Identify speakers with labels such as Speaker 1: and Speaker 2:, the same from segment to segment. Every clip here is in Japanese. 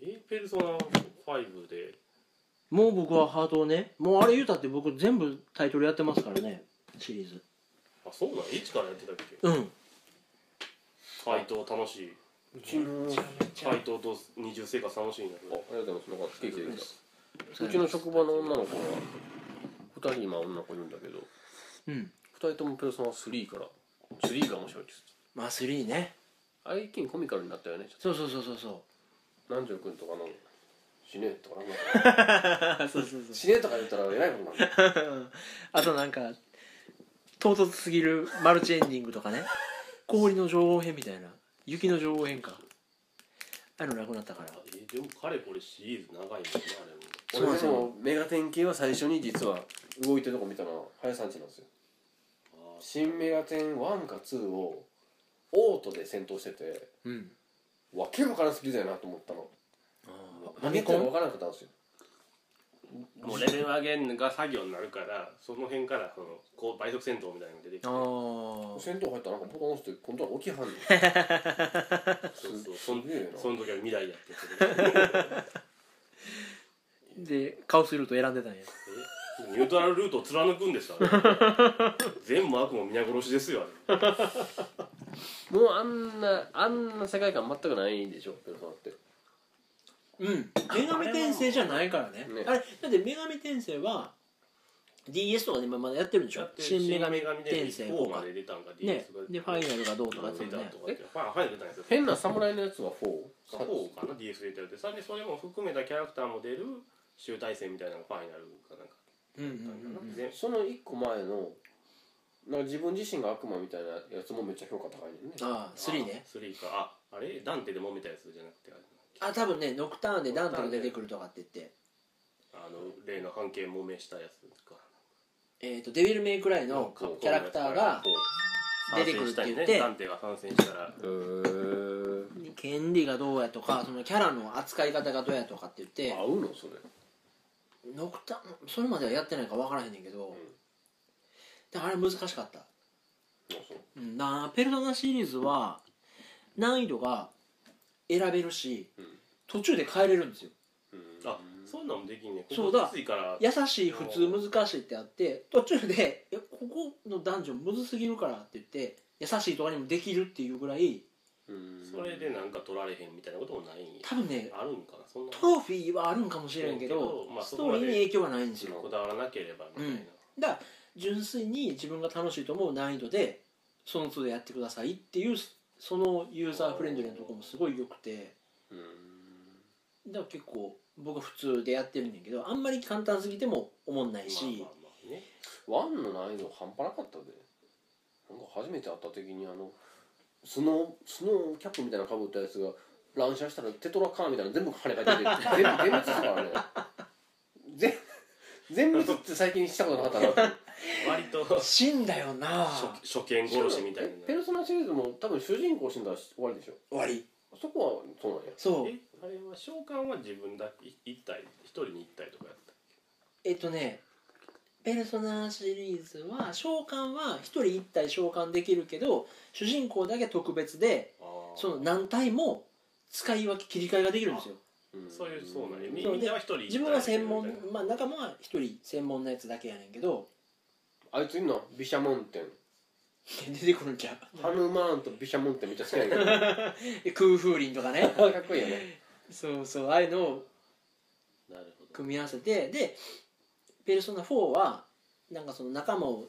Speaker 1: えペルソナ5で
Speaker 2: もう僕はハートをねもうあれ言うたって僕全部タイトルやってますからねシリーズ
Speaker 1: あそうなん1からやってたっけ
Speaker 2: うん
Speaker 1: 回答楽しい回答と二重生活楽しいんだけ
Speaker 3: あ
Speaker 1: ど
Speaker 3: ありがとうございます。なんかケーキできた。うちの職場の女の子は二人今女の子いるんだけど、
Speaker 2: うん
Speaker 3: 二人ともペルソナ3から3が面白いって言って
Speaker 2: まあ3ね
Speaker 3: た。あれ一気にコミカルになったよね。ちょっ
Speaker 2: そうそうそうそうそ
Speaker 3: と南條君とかの死ねとかなんか
Speaker 2: う そうそう
Speaker 3: 死ねとか言ったらえらいことになる。
Speaker 2: そうあとなんか唐突すぎるマルチエンディングとか ね氷の女王編みたいな雪の女王編かああいうのなくなったから
Speaker 1: えでも彼これシリーズ長いんだよねあ
Speaker 2: そうなん
Speaker 3: 俺
Speaker 2: です
Speaker 3: で
Speaker 2: よ
Speaker 3: もメガテン系は最初に実は動いてるとこ見たのは林さんちなんですよ。
Speaker 1: れもあ
Speaker 3: 新メガテン1か2をオートで戦闘してて、
Speaker 2: うん
Speaker 3: わけわからんスピードやなと思ったの。
Speaker 2: マ
Speaker 3: 何
Speaker 2: ミ
Speaker 3: 言って
Speaker 2: コ
Speaker 3: るか
Speaker 2: ン
Speaker 3: わからなかったんですよ。
Speaker 1: ーもうレベル上げんが作業になるからその辺からそのこう倍速戦闘みたいなのが出てきて
Speaker 2: あー
Speaker 3: 戦闘入ったらなんかボタン押して今度は起きはんねん
Speaker 1: そうそうそん
Speaker 3: すげえな
Speaker 1: その時は未来やってて
Speaker 2: でカオスルート選んでたんや
Speaker 1: えニュートラルルートを貫くんですからね全部悪も皆殺しですよあれ
Speaker 3: もうあんなあんな世界観全くないでしょペルソナって
Speaker 2: うん女神転生じゃないからね
Speaker 3: ね
Speaker 2: あれだって女神転生は DS とかで今まだやってるんでしょ新女神転生
Speaker 1: 4
Speaker 2: と
Speaker 1: ま
Speaker 2: か
Speaker 1: で出たんか
Speaker 2: ね
Speaker 1: DS が
Speaker 2: でファイナルがどうとかっ
Speaker 1: 出
Speaker 2: ていう
Speaker 1: た
Speaker 2: の
Speaker 1: とか
Speaker 2: ね
Speaker 1: ってファイナル出たんですよ
Speaker 3: 変な侍のやつは
Speaker 1: フォー
Speaker 3: 4?
Speaker 1: かな DS 出てるってさらにそれも含めたキャラクターも出る集大成みたいなのがファイナルかなんか
Speaker 2: うんうん
Speaker 1: あったんかな、
Speaker 2: うん
Speaker 1: 全
Speaker 3: その1個前のなんか自分自身が悪魔みたいなやつもめっちゃ評価高いねんね
Speaker 2: ああ3ね
Speaker 1: 3かああれダンテで揉めたやつじゃなくて
Speaker 2: あ多分ねノクターンでダンテが出てくるとかって言って
Speaker 1: あの例の半径揉めしたやつか
Speaker 2: えーとデビルメイクライのキャラクターが出てくるって言って
Speaker 1: ダンテが参戦したら
Speaker 3: へ
Speaker 2: 権利がどうやとかそのキャラの扱い方がどうやとかって言って
Speaker 3: え合うのそれ
Speaker 2: ノクターンそれまではやってないから分からへんねんけど、だからあれ難しかった
Speaker 3: あそう
Speaker 2: うんなペルソナシリーズは難易度が選べるし、
Speaker 3: うん
Speaker 2: 途中で変えれるんですよ
Speaker 3: うん
Speaker 1: あそんなんもできんね
Speaker 2: そうだ
Speaker 1: ここきついから
Speaker 2: 優しい普通難しいってあって途中でえここのダンジョンむずすぎるからって言って優しいとかにもできるっていうぐらい
Speaker 3: うん
Speaker 1: それでなんか取られへんみたいなこともないんや
Speaker 2: 多分ね
Speaker 1: あるんかなそんな
Speaker 2: トロフィーはあるんかもしれんけど
Speaker 1: けどまあ
Speaker 2: ストーリーに影響はないんですよ
Speaker 1: こだわらなければみたいな、
Speaker 2: だから純粋に自分が楽しいと思う難易度でその都度やってくださいっていうそのユーザーフレンドリーなとこもすごい良くて
Speaker 3: うん
Speaker 2: だから結構僕は普通でやってるんだけどあんまり簡単すぎても思んないし、
Speaker 1: まあまあまあね
Speaker 3: ワンの難易度半端なかったでなんか初めて会った時にあのスノースノーキャップみたいなかぶったやつが乱射したらテトラカーみたいなの全部跳ね返って きて全部全滅したからね全全滅って最近したことなかったな
Speaker 1: 割と
Speaker 2: 死んだよな終
Speaker 1: 初初見殺しみたいな
Speaker 3: ペルソナシリーズも多分主人公死んだら終わりでしょ
Speaker 2: わり
Speaker 3: そこはそうなんや
Speaker 2: そう
Speaker 1: えあれは召喚は自分だけ一体一人に一体とかやった
Speaker 2: えっとね「ペルソナ」シリーズは召喚は一人一体召喚できるけど主人公だけ特別でその何体も使い分け切り替えができるんですよ
Speaker 1: そういうそうなんやみ
Speaker 2: そうで
Speaker 1: みんなは一人一体
Speaker 2: 自分は専門
Speaker 1: みたいな
Speaker 2: まあ仲間は一人専門のやつだけやねん けど
Speaker 3: あいついんのビシャモンテン
Speaker 2: 出てくるんちゃう
Speaker 3: ハヌマーンとビシャモンテンめっちゃ好きや ねんけどか
Speaker 2: で空風林とかね
Speaker 3: っこいいよね
Speaker 2: そうそうああいうのを
Speaker 1: なるほど
Speaker 2: 組み合わせてで「ペルソナ4」はなんかその仲間を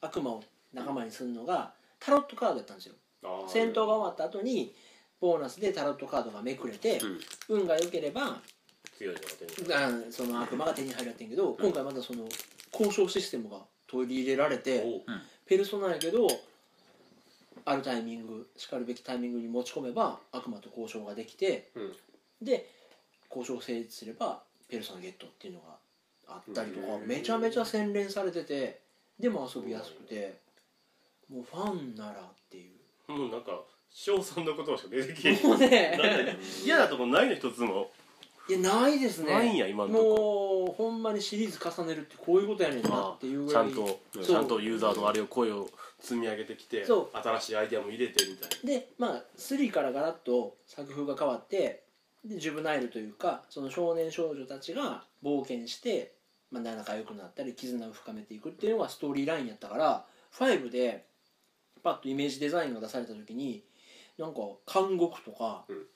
Speaker 2: 悪魔を仲間にするのがタロットカードやったんですよ
Speaker 1: あー
Speaker 2: 戦闘が終わった後にボーナスでタロットカードがめくれて、運が良ければ
Speaker 1: 強いのが手に入る
Speaker 2: あその悪魔が手に入るやってんけど、今回またその交渉システムが取り入れられて、
Speaker 1: おう
Speaker 2: ペルソナやけどあるタイミングしかるべきタイミングに持ち込めば悪魔と交渉ができて、
Speaker 3: うん
Speaker 2: で交渉成立すればペルソナゲットっていうのがあったりとか
Speaker 3: うん
Speaker 2: めちゃめちゃ洗練されててでも遊びやすくてもうファンならってい
Speaker 1: もうなんか賞賛の言葉しか出てきて
Speaker 2: う もう
Speaker 1: なん
Speaker 2: ね
Speaker 1: か嫌なとこないの一つも
Speaker 2: いやないですね
Speaker 1: ないんや今のとこ
Speaker 2: もうほんまにシリーズ重ねるってこういうことやねんなっていうぐ
Speaker 1: ち
Speaker 2: ら
Speaker 1: ゃ
Speaker 2: い
Speaker 1: んと
Speaker 2: そう
Speaker 1: ちゃんとユーザーのあれを声を積み上げてきて
Speaker 2: そ
Speaker 1: 新しいアイデアも入れてみたい
Speaker 2: でまあ3からガラッと作風が変わってでジュブナイルというかその少年少女たちが冒険して、まあ、仲良くなったり絆を深めていくっていうのがストーリーラインやったから5でパッとイメージデザインが出された時になんか監獄とか、
Speaker 3: うん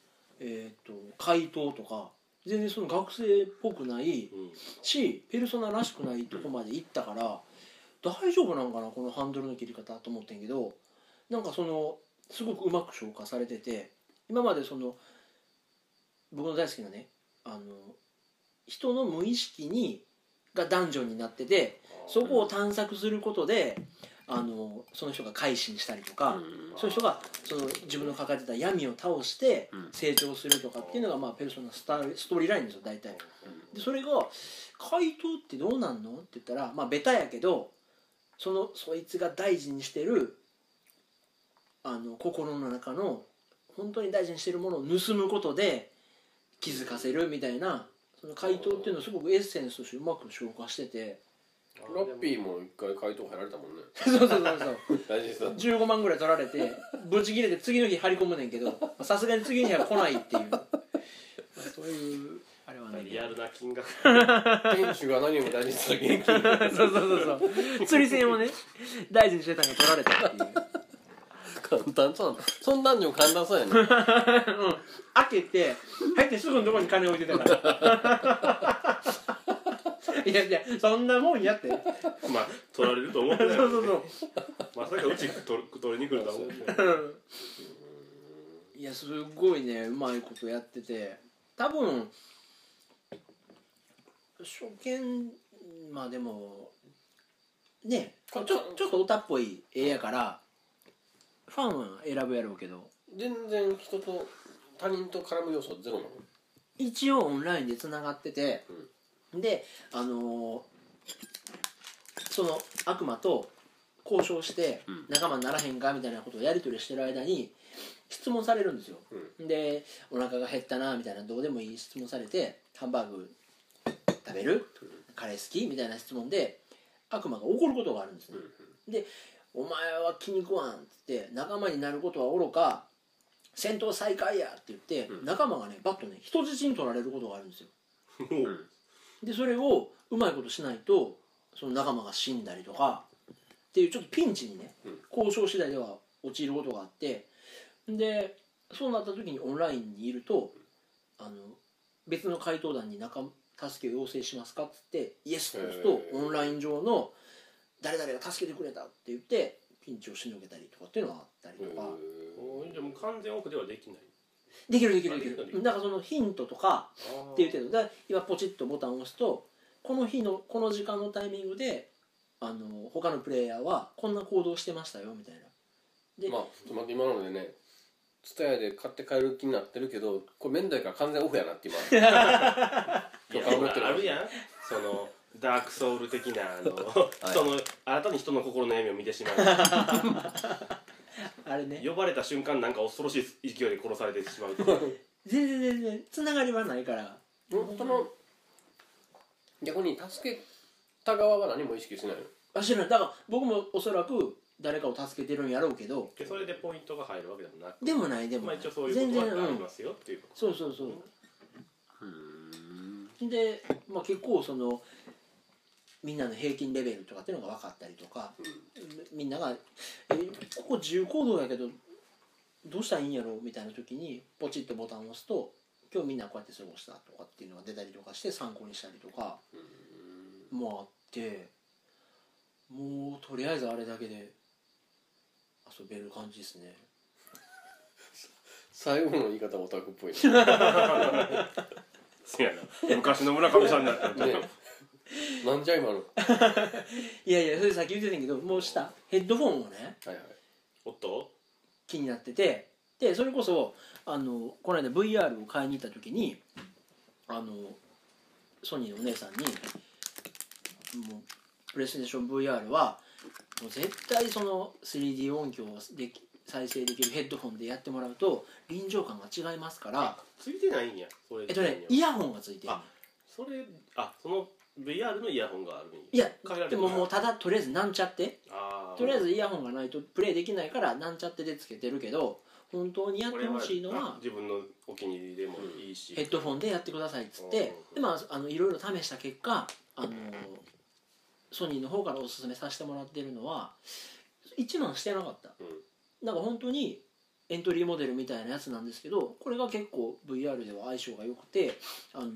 Speaker 2: えーっと怪盗とか全然その学生っぽくない
Speaker 1: な、うん、
Speaker 2: しペルソナらしくないとこまで行ったから大丈夫なんかなこのハンドルの切り方と思ってんけどなんかそのすごくうまく消化されてて今までその僕の大好きなねあの人の無意識にがダンジョンになっててそこを探索することであのその人が改心したりとか、
Speaker 3: うん
Speaker 2: そういう人がその自分の抱えてた闇を倒して
Speaker 3: うん
Speaker 2: 成長するとかっていうのが、まあ、ペルソナのスタストーリーラインですよ大体。でそれが「怪盗ってどうなんの?」って言ったらまあベタやけどそのそいつが大事にしてるあの心の中の本当に大事にしてるものを盗むことで気づかせるみたいなその怪盗っていうのをすごくエッセンスとしてうまく消化して て
Speaker 3: ラッピーも一回回答入られたもんね
Speaker 2: そうそうそうそう
Speaker 3: 大事さん
Speaker 2: 15万ぐらい取られてブチ切れて次の日張り込むねんけどさすがに次の日は来ないっていう、まあそういうあれはね
Speaker 1: リアルな金額
Speaker 3: 店主が何よりも大事にした元気
Speaker 2: そうそうそうそう釣り銭をね大事にしてたのが取られたっていう
Speaker 3: 簡単そうなそんなんでも簡単そうやね
Speaker 2: 開けて入ってすぐのとこに金置いてたから いやいやそんなもんやって
Speaker 1: まあ取られると思って
Speaker 2: そ
Speaker 1: な
Speaker 2: う
Speaker 1: い
Speaker 2: そうそう
Speaker 1: まさかうち取る取りに来るとは思ってない
Speaker 2: うんいやすごいねうまいことやってて多分初見まあでもねちょちょっとオタっぽい絵やからファンは選ぶやろうけど
Speaker 3: 全然人と他人と絡む要素ゼロなの
Speaker 2: 一応オンラインでつながってて、であのーその悪魔と交渉して
Speaker 3: うん
Speaker 2: 仲間にならへんかみたいなことをやり取りしてる間に質問されるんですよ、でお腹が減ったなみたいなどうでもいい質問されてハンバーグ食べるカレー好きみたいな質問で悪魔が怒ることがあるんですね、で「お前は気に食わん」っつって仲間になることはおろか戦闘再開やって言って、
Speaker 3: うん
Speaker 2: 仲間がねバッとね人質に取られることがあるんですよ
Speaker 1: も
Speaker 3: うん
Speaker 1: う
Speaker 2: でそれをうまいことしないとその仲間が死んだりとかっていうちょっとピンチにね、
Speaker 3: うん
Speaker 2: 交渉次第では陥ることがあってでそうなった時にオンラインにいるとあの別の回答団に仲助けを要請しますかっつってイエスって押すと
Speaker 3: へー
Speaker 2: オンライン上の誰々が助けてくれたって言ってピンチをしのげたりとかっていうのがあったりとか。
Speaker 1: おーじゃあもう完全オフではできない
Speaker 2: できるできるでき
Speaker 1: あでき
Speaker 2: る
Speaker 1: る
Speaker 2: だからそのヒントとかっていう程度で今ポチッとボタンを押すとこの日のこの時間のタイミングであの他のプレイヤーはこんな行動してましたよみたいなで、
Speaker 3: まあちょっと待って今のでねツタヤで買って帰る気になってるけどこれ面倒やから完全オフやなって 今
Speaker 1: いや
Speaker 3: 頑張ってる
Speaker 1: あるやんそのダークソウル的なあの人の新たに人の心の闇を見てしまう
Speaker 2: あれね
Speaker 1: 呼ばれた瞬間なんか恐ろしい勢いで殺されてしまうと か
Speaker 2: 全然全然つながりはないから
Speaker 3: 本当の逆に助けた側は何も意識しないの
Speaker 2: あ知らないだから僕もおそらく誰かを助けてるんやろうけど
Speaker 1: でそれでポイントが入るわけでもなく
Speaker 2: でもないでも
Speaker 1: ま
Speaker 2: な
Speaker 1: あ
Speaker 2: い
Speaker 1: 一応そういうこ
Speaker 2: 全
Speaker 1: と
Speaker 2: 然
Speaker 1: はあ
Speaker 2: う
Speaker 1: り
Speaker 2: ん
Speaker 1: ますよっていうこと
Speaker 2: そうそうそうで、まあ、結構そのみんなの平均レベルとかっていうのが分かったりとか、みんなが「えここ自由行動やけどどうしたらいいんやろ?」みたいな時にポチッとボタンを押すと「今日みんなこうやって過ごした」とかっていうのが出たりとかして参考にしたりとかもあってもうとりあえずあれだけで遊べる感じですね。
Speaker 3: 最後の言い方オタクっぽいね
Speaker 1: そうやな昔の村上さんになったら
Speaker 3: ね なんじゃ今のはい
Speaker 2: いやいやそれさっき言ってたんやけどもうしたヘッドフォンをね
Speaker 3: はい
Speaker 1: おっと
Speaker 2: 気になっててでそれこそあのこの間 VR を買いに行った時にあのソニーのお姉さんに「もうプレイステーション VR はもう絶対その 3D 音響をでき再生できるヘッドホンでやってもらうと臨場感が違いますから
Speaker 1: ついてないんやそれ
Speaker 2: えっとねイヤホンがついてる
Speaker 1: あそれあその VR のイヤホンがあるん
Speaker 2: いや
Speaker 1: 限られて
Speaker 2: で
Speaker 1: る
Speaker 2: ももうただとりあえずなんちゃって
Speaker 1: あー
Speaker 2: とりあえずイヤホンがないとプレイできないからなんちゃってでつけてるけど本当にやってほしいの
Speaker 1: これあ
Speaker 2: は
Speaker 1: 自分のお気に入りでもいいし
Speaker 2: ヘッドフォンでやってくださいっつって
Speaker 1: うん
Speaker 2: でまああのいろいろ試した結果あのソニーの方からおすすめさせてもらってるのは1万してなかった
Speaker 1: うん
Speaker 2: なんか本当にエントリーモデルみたいなやつなんですけどこれが結構 VR では相性が良くてあの
Speaker 3: ん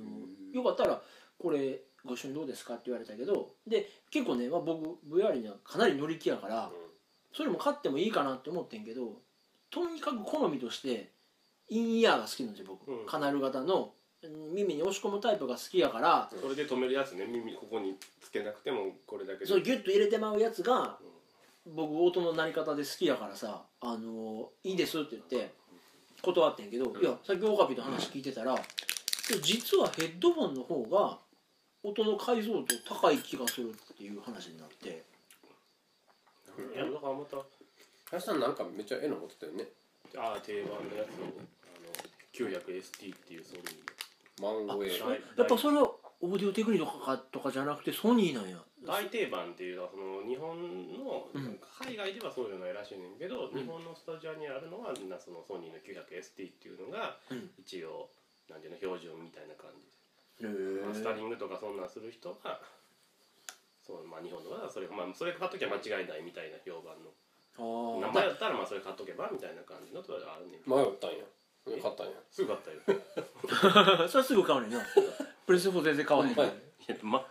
Speaker 2: よかったらこれご一緒にどうですかって言われたけどで結構ね、まあ、僕 VR にはかなり乗り気やから、それも買ってもいいかなって思ってんけどとにかく好みとしてインイヤーが好きなんですよ僕、
Speaker 1: うん
Speaker 2: カナル型のうん耳に押し込むタイプが好きやから
Speaker 1: うんそれで止めるやつね耳ここにつけなくてもこれだけで
Speaker 2: そのギュッと入れてまうやつが僕音の鳴り方で好きやからさ「あのいいです」って言って断ってんけど、
Speaker 1: うん
Speaker 2: いやさっきオカピの話聞いてたら、実はヘッドフォンの方が音の解像度高い気がするっていう話になって
Speaker 1: うんいやだからまた
Speaker 3: 林さんなんかめっちゃ絵の持ってたよね
Speaker 1: ああ定番のやつをあの 900ST っていうソニー
Speaker 3: マンゴー絵
Speaker 1: あはい
Speaker 2: やっぱそれはオーディオテクニとかとかじゃなくてソニーなんや
Speaker 1: 大定番っていうのはその日本の
Speaker 2: うん
Speaker 1: 海外ではそういうのないらしいねんけど、
Speaker 2: ん
Speaker 1: 日本のスタジオにあるのはみんなそのソニーの 900ST っていうのが
Speaker 2: うん
Speaker 1: 一応なんていうの標準みたいな感じ
Speaker 2: へ
Speaker 1: で、マスタリ
Speaker 2: ー
Speaker 1: ングとかそんなんする人はそうまあ日本のはそれまあそれ買っときゃ間違いないみたいな評判の
Speaker 2: あー
Speaker 1: 名前やったらまあそれ買っとけばみたいな感じのところがあるねんけど
Speaker 3: 迷ったんや買ったんや
Speaker 1: すぐ買った よ
Speaker 2: それすぐ買 うねんなプレステ4全然買わへん
Speaker 3: ほんま
Speaker 1: い
Speaker 3: や
Speaker 1: やま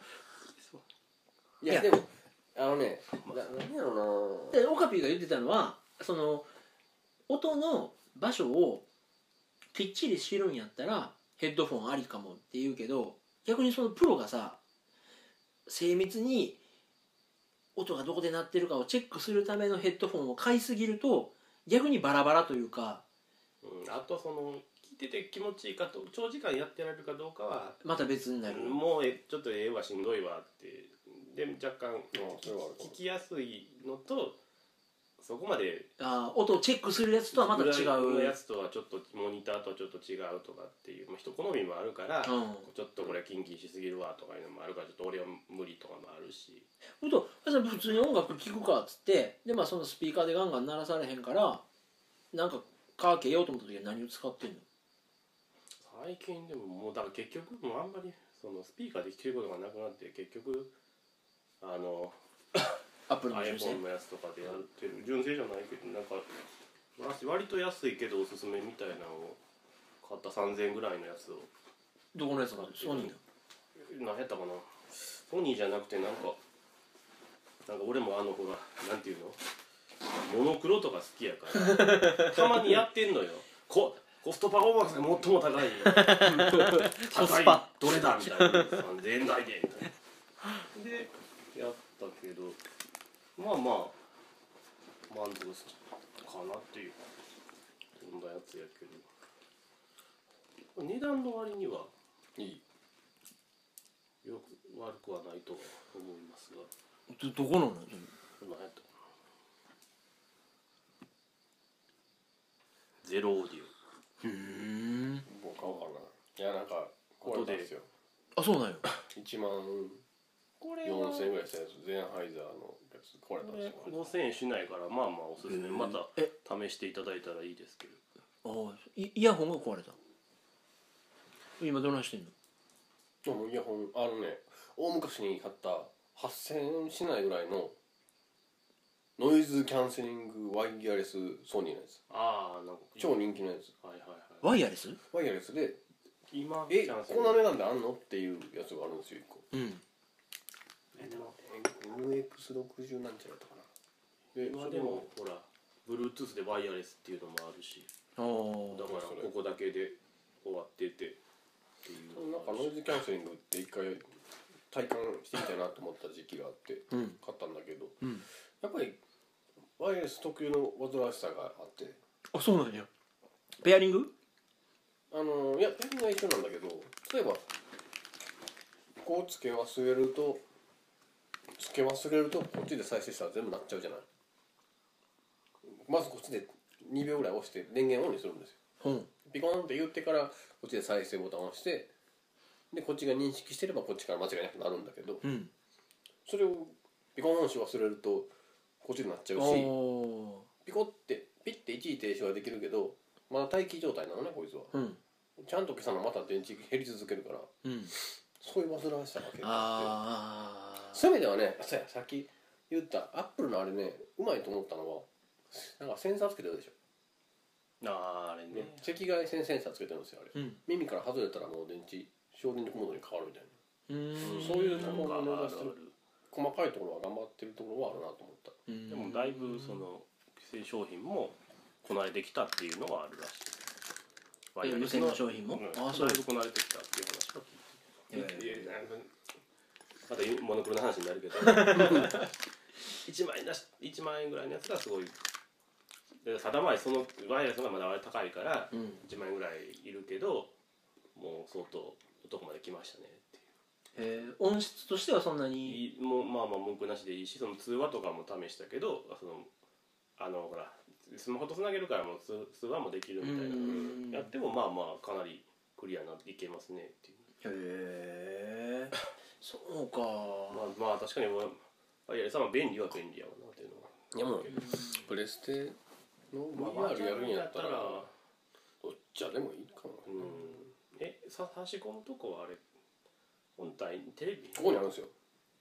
Speaker 3: い
Speaker 2: いや
Speaker 3: やでもあのねな何やろな
Speaker 2: でオカピーが言ってたのはその音の場所をきっちり知るんやったらヘッドフォンありかもって言うけど逆にそのプロがさ精密に音がどこで鳴ってるかをチェックするためのヘッドフォンを買いすぎると逆にバラバラというか
Speaker 1: うん、あとその聞いてて気持ちいいかと長時間やってられるかどうかは
Speaker 2: また別になる、
Speaker 1: もうえちょっとええわしんどいわってで若干
Speaker 3: それはあるかも
Speaker 1: 聞きやすいのとそこまで
Speaker 2: あー音をチェックするやつとはまた違
Speaker 1: の
Speaker 2: う
Speaker 1: やつとはちょっとモニターとはちょっと違うとかっていう、まあ、人好みもあるから、
Speaker 2: うん
Speaker 1: ちょっとこれキンキンしすぎるわとかいうのもあるからちょっと俺は無理とかもあるし
Speaker 2: ほんとあじゃあ普通に音楽聴くかっつってでまあそのスピーカーでガンガン鳴らされへんからなんかカーケようと思った時は何を使ってんの
Speaker 1: 最近でももうだから結局もうあんまりそのスピーカーで聴けることがなくなって結局あの
Speaker 2: アップルの純正
Speaker 1: iPhone のやつとかでやってる純正じゃないけどなんか私割と安いけどおすすめみたいなのを買った3000円ぐらいのやつを
Speaker 2: どこのやつかソニーの
Speaker 1: 何やったかなソニーじゃなくてなんかなんか俺もあのほらなんていうのモノクロとか好きやからたまにやってんのよこコストパフォーマンスが最も高い
Speaker 2: コ
Speaker 1: 高
Speaker 2: ス
Speaker 1: い
Speaker 2: パ
Speaker 1: どれだみたいな3000円台でみたいなでやったけどまあまあ満足するかなっていうそんなやつやけど値段の割にはい
Speaker 3: い
Speaker 1: よく悪くはないと思いますが
Speaker 2: どどこの
Speaker 1: 何やったかなゼロオーディ
Speaker 2: うん
Speaker 3: もう買おうかないやなんか壊れたんですよ
Speaker 2: あそうなんよ
Speaker 3: 1万
Speaker 1: オこれ
Speaker 3: 4000円ぐらいしたやつゼンハイザーのやつ壊れたんですよ
Speaker 1: 5000円しないからまあまあおすすめまた
Speaker 2: え
Speaker 1: 試していただいたらいいですけど
Speaker 2: あーイイヤホンが壊れた今どないしてんの
Speaker 3: でもイヤホンあのね大昔に買った8000円しないぐらいのノイズキャンセリングワイヤレスソニーのやつ
Speaker 1: ああなんか
Speaker 3: 超人気のやつ
Speaker 1: はいはいはい
Speaker 2: ワイヤレス
Speaker 3: ワイヤレスで
Speaker 1: 今
Speaker 3: え
Speaker 1: チャンス
Speaker 3: こんな値段であんのっていうやつがあるんですよ1個
Speaker 2: うん
Speaker 3: え MX60 なんちゃらやったかなで
Speaker 1: 今でもほら Bluetooth でワイヤレスっていうのもあるしだ
Speaker 2: あ
Speaker 1: か
Speaker 2: ー
Speaker 1: ら
Speaker 3: それ
Speaker 1: ここだけで終わっててっていう
Speaker 3: そのなんかノイズキャンセリングって一回体感してみたいなと思った時期があって
Speaker 2: うん
Speaker 3: 買ったんだけど
Speaker 2: うん
Speaker 3: やっぱりワイヤレス特有の煩わしさがあって
Speaker 2: あそうなんやペアリング
Speaker 3: あのーいやペンが一緒なんだけど例えばこうつけ忘れるとつけ忘れるとこっちで再生したら全部なっちゃうじゃないまずこっちで2秒ぐらい押して電源オンにするんですよ
Speaker 2: うん
Speaker 3: ピコンって言ってからこっちで再生ボタンを押してでこっちが認識してればこっちから間違いなくなるんだけど
Speaker 2: うん
Speaker 3: それをピコーンし忘れるとこっちになっちゃうし
Speaker 2: お
Speaker 3: ピコってピッて一時停止はできるけどまだ待機状態なのねこいつは
Speaker 2: ーうん
Speaker 3: ちゃんと今朝のまた電池減り続けるから
Speaker 2: うん
Speaker 3: そういう煩わしさが結構あって
Speaker 2: あー
Speaker 3: そういう意味ではねそうやさっき言ったアップルのあれねうまいと思ったのはなんかセンサーつけてるでしょ、
Speaker 1: あーあれね
Speaker 3: ね、赤外線センサーつけてるんですよあれ
Speaker 2: うん
Speaker 3: 耳から外れたらもう電池省電力モードに変わるみたいな
Speaker 2: うーん
Speaker 3: そういうと
Speaker 1: の
Speaker 3: ころ
Speaker 1: があるあ
Speaker 3: そういうとこ
Speaker 1: る
Speaker 3: 細かいところは頑張ってるところはあるなと思った
Speaker 2: うん
Speaker 1: でもだいぶその既成商品もこなれてきたっていうのはあるらしいワイヤレス
Speaker 2: 無線の商品も
Speaker 1: うん
Speaker 2: あーそう
Speaker 1: だいぶこなれてきたっていう話は聞いて
Speaker 2: いや
Speaker 1: いやいやまたモノクロの話になるけど 1万円だし1万円ぐらいのやつがすごいでただまあそのワイヤレスの方がまだあれ高いから
Speaker 2: うん
Speaker 1: 1万円ぐらいいるけどもう相当どこまで来ましたねっていう
Speaker 2: えー音質としてはそんなに
Speaker 1: いいもうまあまあ文句なしでいいしその通話とかも試したけどそのあのほらスマホとつなげるからもう通通話もできるみたいな
Speaker 2: うん
Speaker 1: やってもまあまあかなりクリアなっていけますねっていう
Speaker 2: へえ そうか
Speaker 1: まあまあ確かにまあいやさまあ便利は便利やわなっていうのはい
Speaker 3: やもうプレステの VR やるんやったらどっちでもいいかな
Speaker 1: うんえさ差し込むとこはあれ本体テレビ
Speaker 3: ここにあるんですよ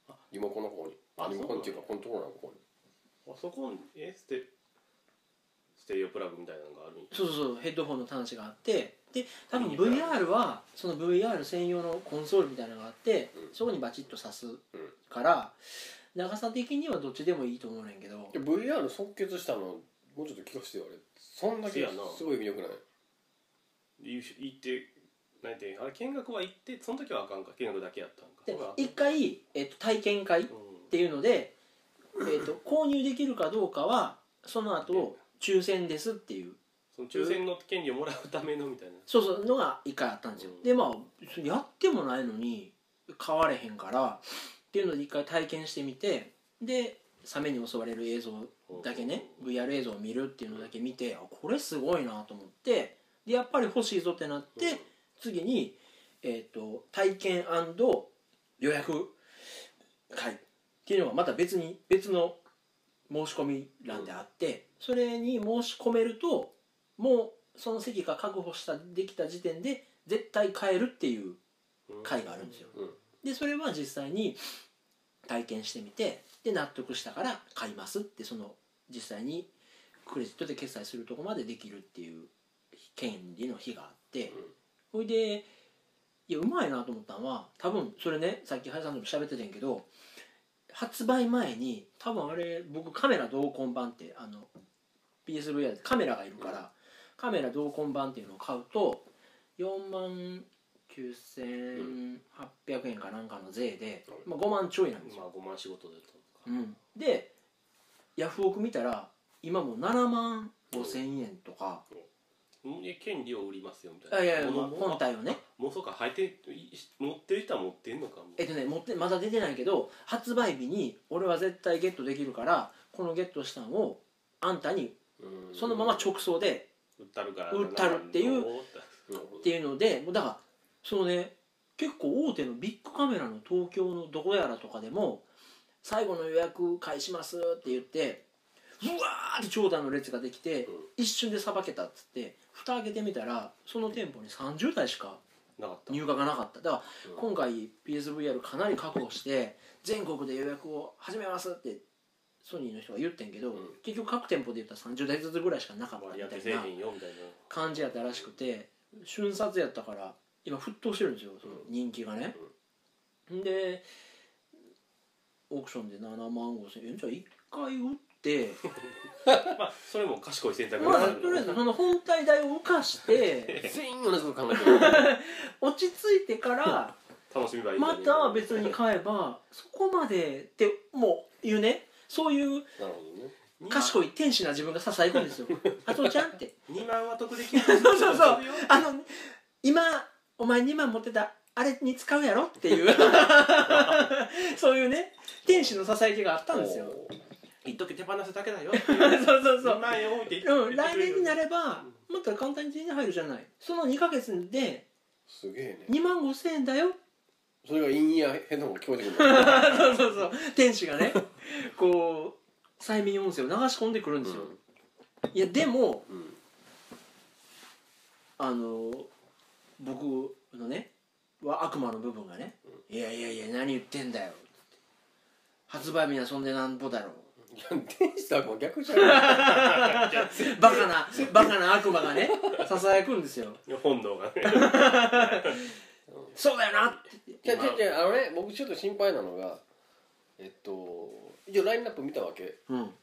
Speaker 1: あ
Speaker 3: リモコンのここに
Speaker 1: あ
Speaker 3: リモコンっていうかコントローラーのここに
Speaker 1: あそこにえステステレオプラグみたいなのがあるんや
Speaker 2: そうそうそうヘッドホンの端子があってで多分
Speaker 1: いいね
Speaker 2: VR はその VR 専用のコンソールみたいなのがあって、
Speaker 3: うん
Speaker 2: そこにバチッと挿すから、長さ的にはどっちでもいいと思うねんけど
Speaker 3: で VR 即決したのもうちょっと聞かせてよあれそんだ
Speaker 1: せ
Speaker 3: け
Speaker 1: やな
Speaker 3: すごい魅力ない
Speaker 1: 行ってなんてあれ見学は行ってその時はあかんか見学だけやったんか
Speaker 2: で
Speaker 1: ほら
Speaker 2: 一回、えっと体験会っ
Speaker 1: うん
Speaker 2: ていうので、えっと購入できるかどうかはその後抽選ですっていう
Speaker 1: その抽選の権利をもらうためのみたいな
Speaker 2: そうそうのが一回あったんですよ、
Speaker 1: うん
Speaker 2: でまあ別にやってもないのに買われへんからっていうので一回体験してみてでサメに襲われる映像だけね VR 映像を見るっていうのだけ見てあこれすごいなと思ってでやっぱり欲しいぞってなって、次に、えー、と体験予約会っていうのがまた別に別の申し込み欄であって、それに申し込めるともうその席が確保したできた時点で絶対買えるっていう
Speaker 1: うん
Speaker 2: 会があるんですよ
Speaker 3: うん
Speaker 2: でそれは実際に体験してみてで納得したから買いますってその実際にクレジットで決済するとこまでできるっていう権利の日があってほいでいやうまいなと思ったのは多分それねさっき林さんとも喋ってたんやけど発売前に多分あれ僕カメラ同梱版ってあの PSVR でカメラがいるから、カメラ同梱版っていうのを買うと4万9800円かなんかの税で、まあ、5万ちょいなんですよ
Speaker 1: まあ5万仕事でとか
Speaker 2: うん、でヤフオク見たら今もう7万5千円とか、
Speaker 1: うんえ権利を売りますよみたいな
Speaker 2: あいやいや
Speaker 1: ものも
Speaker 2: 本体をね
Speaker 1: もうそうか履いてい持ってる人は持ってんのかも
Speaker 2: えっとね持ってまだ出てないけど発売日に俺は絶対ゲットできるからこのゲットしたんをあんたに
Speaker 3: うん
Speaker 2: そのまま直送で
Speaker 1: 売ったるから
Speaker 2: 売ったるってい
Speaker 1: ど
Speaker 2: う
Speaker 1: って
Speaker 3: なるほど
Speaker 2: っていうのでもうだからそのね結構大手のビッグカメラの東京のどこやらとかでも最後の予約返しますって言ってうわーって長蛇の列ができて、
Speaker 3: うん
Speaker 2: 一瞬でさばけたっつって蓋開けてみたらその店舗に30台しか
Speaker 1: なかった
Speaker 2: 入荷がなかっただから
Speaker 3: うん
Speaker 2: 今回 PSVR かなり確保して全国で予約を始めますってソニーの人が言ってんけど、
Speaker 3: うん
Speaker 2: 結局各店舗で言ったら30台ずつぐらいしかなかったみ
Speaker 1: 割
Speaker 2: たい
Speaker 1: り当てせえ
Speaker 2: な
Speaker 1: へんよみたいな
Speaker 2: 感じやったらしくて瞬殺やったから今沸騰してるんですよその人気がね、ん、でオークションで7万5千円じゃあ1回売って
Speaker 1: まあそれも賢い選択
Speaker 2: まあとりあえずその本体代を浮か して
Speaker 3: 全員同じこと考えてる
Speaker 2: 落ち着いてから
Speaker 1: 楽しみばいい
Speaker 2: また別に
Speaker 1: に
Speaker 2: 買えばそこまでってもう言うねそういう
Speaker 3: なるほどね
Speaker 2: 賢い天使な自分が支えるんですよ「あとちゃん」って
Speaker 1: 2万は得できる
Speaker 2: そうそうそうあの今お前2万持ってたあれに使うやろっていう そういうね天使の支え手があったんですよ
Speaker 3: おー
Speaker 1: 一時手放すだけだよ
Speaker 2: そうそう そう
Speaker 1: 2万円置いて
Speaker 2: うん、来年にな
Speaker 1: る
Speaker 2: ればもっと簡単に手に入るじゃないその2ヶ月で
Speaker 3: すげえね
Speaker 2: 2万5千円だよ
Speaker 3: それがインイヤーヘッドホン が聞こえてくるの
Speaker 2: そうそうそう天使 がねこう催眠音声を流し込んでくるんですよ、いやでも
Speaker 3: うんうん
Speaker 2: あの僕のねは悪魔の部分がね「いやいやいや何言ってんだよ」発売日はそんでなんぼだろう
Speaker 3: いや天使と悪魔逆じゃない
Speaker 2: バカ なバカな悪魔がねささやくんですよ
Speaker 1: 本能がね
Speaker 2: 「そうだよな!」って言って
Speaker 3: じゃじゃじゃあのね僕ちょっと心配なのがえっと一応ラインナップ見たわけ
Speaker 2: うん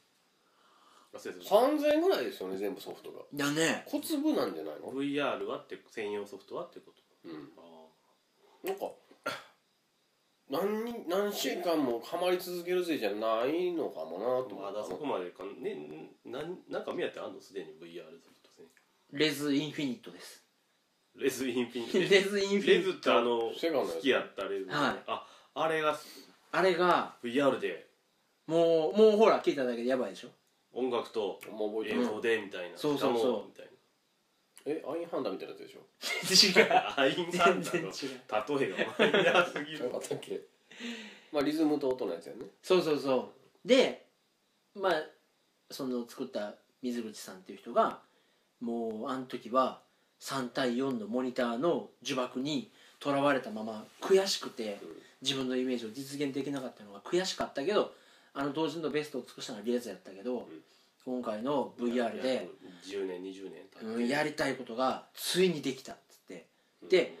Speaker 1: 忘れてた
Speaker 3: 3000円ぐらいですよね全部ソフトが
Speaker 2: だね
Speaker 3: 小粒なんじゃないの
Speaker 1: VR はって専用ソフトはってこと
Speaker 3: うん
Speaker 1: ああ
Speaker 3: なんか何に何週間もハマり続けるぜじゃないのかもなと
Speaker 1: まだそ
Speaker 3: 思
Speaker 1: こまでかねなんなんか目当てあんのすでに VR ソフトですね
Speaker 2: レズ・インフィニットです
Speaker 1: レズインフィニティ
Speaker 2: レズ・インフィ
Speaker 1: レ
Speaker 2: ニ
Speaker 1: ズっ
Speaker 2: ッ
Speaker 1: てあ
Speaker 2: ト
Speaker 1: の
Speaker 3: セガのやつ
Speaker 1: 好きやったレズ、
Speaker 2: はい
Speaker 1: ああれが
Speaker 2: あれが
Speaker 1: VR で
Speaker 2: もうもうほら聞いただけでやばいでしょ
Speaker 1: 音楽と
Speaker 3: うもう覚えて
Speaker 1: 映
Speaker 3: る
Speaker 1: 像でみたいな、
Speaker 2: そうそうそう
Speaker 1: しかもみた い
Speaker 3: えアインハンダみたいなやつでしょ
Speaker 2: 違う
Speaker 1: なアインハンダ
Speaker 2: 全
Speaker 1: の
Speaker 2: 然違う
Speaker 1: 例えがマイナーすぎ
Speaker 3: 違
Speaker 1: る
Speaker 3: かったっけまあリズムと音のやつやね
Speaker 2: そうそうそうでまあその作った水口さんっていう人がもうあの時は3対4のモニターの呪縛にとらわれたまま悔しくて
Speaker 3: うん
Speaker 2: 自分のイメージを実現できなかったのが悔しかったけどあの同時のベストを尽くしたのはリアズやったけど、
Speaker 1: ん
Speaker 2: 今回の VR で、
Speaker 1: 10年20年経
Speaker 2: うんやりたいことがついにできたっつってで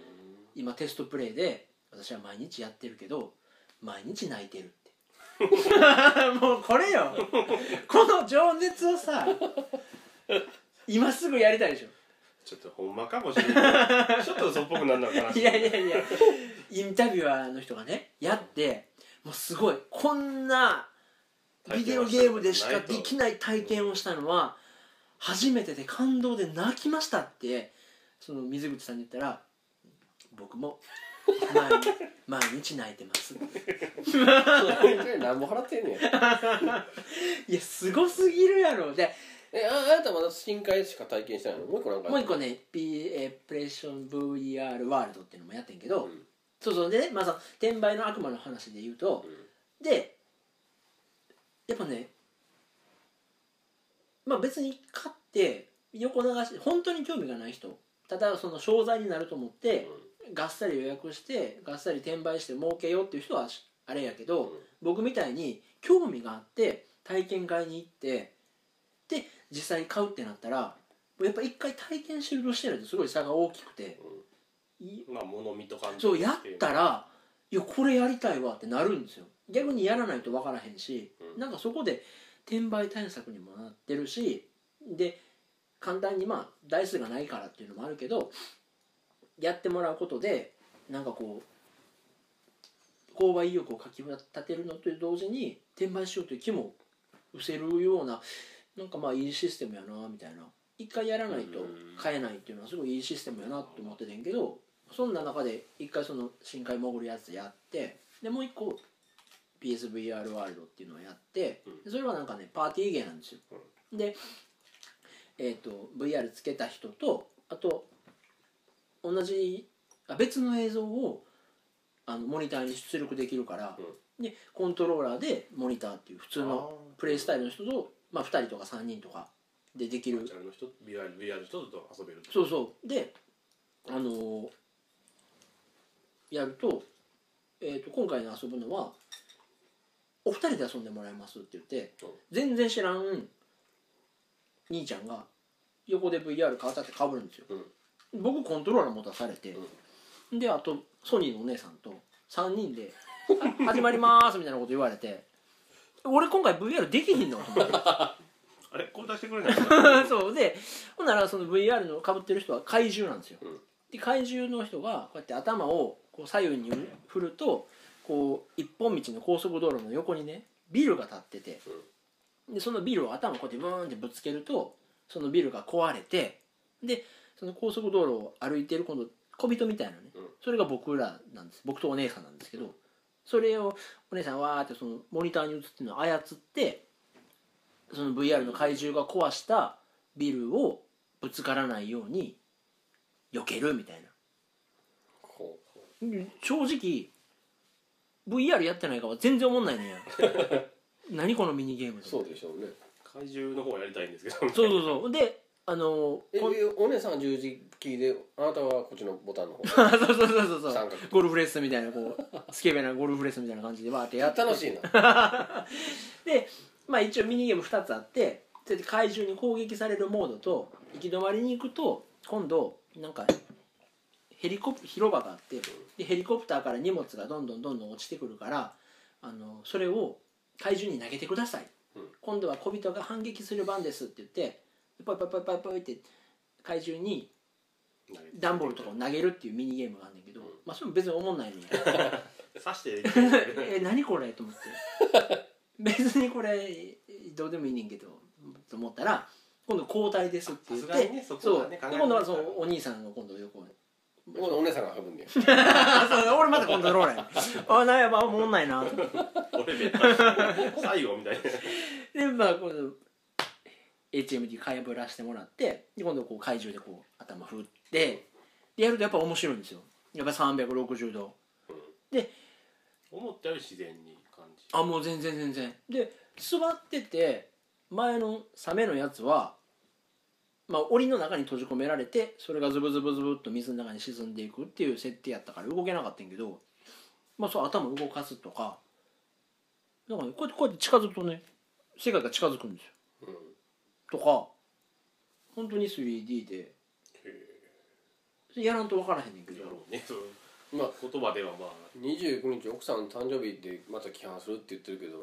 Speaker 2: 今テストプレイで私は毎日やってるけど毎日泣いてるって もうこれよこの情熱をさ今すぐやりたいでしょ
Speaker 1: ちょっとほんまかもし れないちょっと嘘っぽくなんなのかない
Speaker 2: やいやいやインタビュアーの人がねやってもうすごいこんなビデオゲームでしかできない体験をしたのは初めてで感動で泣きましたってその水口さんに言ったら僕も毎 日毎日泣いてます
Speaker 3: 何も払ってんねん
Speaker 2: いやすごすぎるやろで
Speaker 3: えああなたまだ深海しか体験してないのもう一個なんか
Speaker 2: もう一個ね、P えープレッション VR ワールドっていうのもやってんけど、
Speaker 3: うん
Speaker 2: そうそうでねまあその転売の悪魔の話で言うと、でやっぱねまあ別に買って横流し本当に興味がない人ただその商材になると思って、がっさり予約してがっさり転売して儲けようっていう人はしあれやけど、
Speaker 3: うん
Speaker 2: 僕みたいに興味があって体験会に行ってで実際に買うってなったらやっぱ一回体験終了してるとすごい差が大きくて、い
Speaker 1: まあ物見と感じ
Speaker 2: そうやったらいやこれやりたいわってなるんですよ逆にやらないと分からへんし、
Speaker 3: うん
Speaker 2: なんかそこで転売対策にもなってるしで簡単にまあ台数がないからっていうのもあるけどやってもらうことでなんかこう購買意欲をかき立てるのと同時に転売しようという気も失せるようななんかまあいいシステムやなみたいな一回やらないと買えないっていうのはすごいいいシステムやなと思っててんけどそんな中で一回その深海潜るやつやってでもう一個 PSVR ワールドっていうのをやってでそれはなんかねパーティーゲーなんですよ。で、えー、と VR つけた人とあと同じあ別の映像をあのモニターに出力できるから、でコントローラーでモニターっていう普通のプレイスタイルの人と、まあ、2人とか3人とかででき
Speaker 1: い
Speaker 2: る
Speaker 1: るの人 VR, VR の人と遊べる
Speaker 2: そうそうであのーやると,、えー、と今回の遊ぶのはお二人で遊んでもらいますって言って
Speaker 1: うん
Speaker 2: 全然知らん兄ちゃんが横で VR 買ったってかぶるんですよ、僕コントローラー持たされて、であとソニーのお姉さんと3人で「あ始まります」みたいなこと言われて俺今回 VR できひんのと思って
Speaker 1: あれ交代してくれない
Speaker 2: そうでほんならその VR のかぶってる人は怪獣なんですよ、
Speaker 3: うん
Speaker 2: で怪獣の人がこうやって頭をこう左右に振るとこう一本道の高速道路の横にねビルが立ってて、でそのビルを頭をこうやってブーンってぶつけるとそのビルが壊れてでその高速道路を歩いてる今度小人みたいなね、
Speaker 3: うん
Speaker 2: それが僕らなんです僕とお姉さんなんですけどそれをお姉さんわーってそのモニターに映ってるのを操ってその VR の怪獣が壊したビルをぶつからないように避けるみたいな正直 VR やってないから全然思んない ねんや何このミニゲームと
Speaker 3: そ
Speaker 2: 思っ
Speaker 3: う
Speaker 2: て
Speaker 3: でしょうね
Speaker 1: 怪獣の方やりたいんですけど
Speaker 2: そうそうそうであの
Speaker 3: え
Speaker 2: ーこん
Speaker 3: お姉さんは十字キーであなたはこっちのボタンの方
Speaker 2: そうそうそうそうそう
Speaker 3: 三角
Speaker 2: ゴルフレッスンみたいなこうスケベなゴルフレッスンみたいな感じでわーってやって
Speaker 3: 楽しいな
Speaker 2: で、まあ、一応ミニゲーム2つあってそれで怪獣に攻撃されるモードと行き止まりに行くと今度なんかヘリコプ広場があってでヘリコプターから荷物がどんどんどんどん落ちてくるからあのそれを怪獣に投げてください、
Speaker 3: うん
Speaker 2: 今度は小人が反撃する番ですって言ってポイポイポイポイポイって怪獣に段ボールとかを投げるっていうミニゲームがあるんだけど、
Speaker 3: うん
Speaker 2: まあそれも別に思んないねん
Speaker 1: 刺して
Speaker 2: え何これと思って別にこれどうでもいいねんけどと思ったら今度交代です って言って
Speaker 1: さすがにねそこはね考
Speaker 2: そう
Speaker 1: え
Speaker 2: で
Speaker 1: て
Speaker 2: 今度はそのお兄さんが今度横に
Speaker 3: 今度お姉さんが運ぶんだよ
Speaker 2: あそう俺また今度ローラや あなんやばおもんないなと
Speaker 1: 俺めっちゃ最後みたいな
Speaker 2: でまあ今度 HMD かぶらしてもらってで今度こう怪獣でこう頭振ってでやるとやっぱ面白いんですよやっぱ360度
Speaker 1: 思ったより自然に感じ
Speaker 2: あもう全然全然で座ってて前のサメのやつはまあ檻の中に閉じ込められてそれがズブズブズブっと水の中に沈んでいくっていう設定やったから動けなかったんやけどまあそう頭動かすとかなんかねこうやってこうやって近づくとね世界が近づくんですよ
Speaker 3: う
Speaker 2: と
Speaker 3: ん
Speaker 2: か本当に 3D でそれやらんと分からへんねんけ
Speaker 1: や
Speaker 2: ど
Speaker 1: ろうねそう
Speaker 3: まあ
Speaker 1: 言葉ではまあ
Speaker 3: 29日奥さん誕生日でまた帰還するって言ってるけど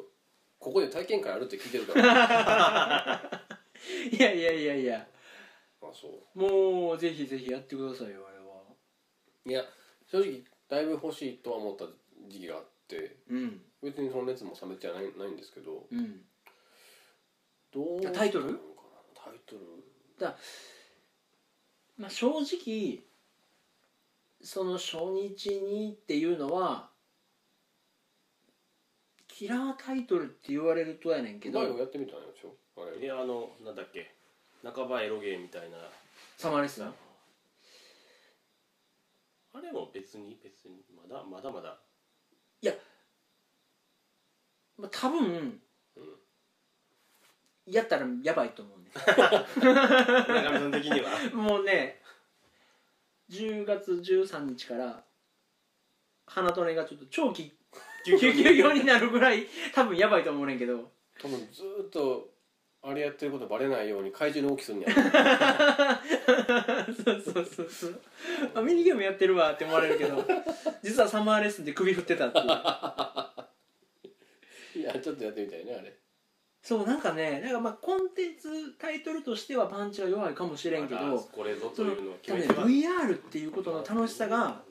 Speaker 3: ここで体験会あるって聞いてるから あ
Speaker 2: いやいやいやいや
Speaker 3: そ
Speaker 2: もうぜひぜひやってくださいよあれは
Speaker 3: ういや正直だいぶ欲しいとは思った時期があって
Speaker 2: うん
Speaker 3: 別にその熱も冷めてはないないんですけど
Speaker 2: うん
Speaker 3: どう
Speaker 2: タイトル
Speaker 3: なのかなタイトル
Speaker 2: まあ、正直その初日にっていうのはキラータイトルって言われるとやねんけど
Speaker 3: 前もやってみたんやでしょあれ
Speaker 1: えあのなんだっけ半ばエロゲーみたいな
Speaker 2: サマーレスラー
Speaker 1: あれも別に別にまだまだま だ
Speaker 2: まあ、多分、やったらやばいと思うね
Speaker 1: 村上さん的 には
Speaker 2: もうね10月13日から花トネがちょっと長期休業になるぐらい多分やばいと思うねんけど
Speaker 3: 多分ずーっとあれやってることバレないように怪獣の大きすんねや
Speaker 2: そうそうそうそうあミニゲームやってるわって思われるけど実はサマーレッスンで首振ってたっていう
Speaker 3: いやちょっとやってみたいねあれ
Speaker 2: そうなんかねなんかまあコンテンツタイトルとしてはパンチは弱いかもしれんけ
Speaker 1: まだ
Speaker 2: ど
Speaker 1: これぞと
Speaker 2: そ
Speaker 1: い
Speaker 2: の
Speaker 1: うのは
Speaker 2: 多分ね VR っていうことの楽しさが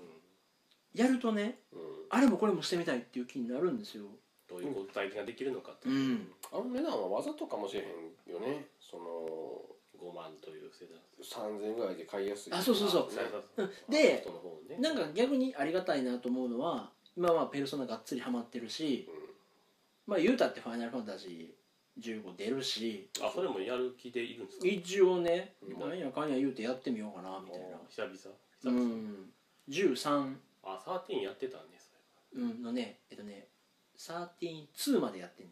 Speaker 2: やるとね
Speaker 3: うん
Speaker 2: あれもこれもしてみたいっていう気になるんですよ
Speaker 1: どういうこと体験ができるのかと
Speaker 2: うん
Speaker 3: あの値段はわざとかもしれへんよねその
Speaker 1: 5万という世代
Speaker 3: 3000円ぐらいで買いやすい
Speaker 2: あそうそうそうで
Speaker 3: ね
Speaker 1: の方ね
Speaker 2: なんか逆にありがたいなと思うのは今はペルソナがっつりハマってるしまあ言うたってファイナルファンタジー15出るし
Speaker 1: あそれもやる気でいるんですか
Speaker 2: 一応ね
Speaker 3: うん
Speaker 2: なんやかんや言うてやってみようかなみたいな
Speaker 1: 久々久
Speaker 2: う
Speaker 1: 々、
Speaker 2: ん、13、
Speaker 1: あサーティーンやってたんです
Speaker 2: うん、のねえっとね132までやってんね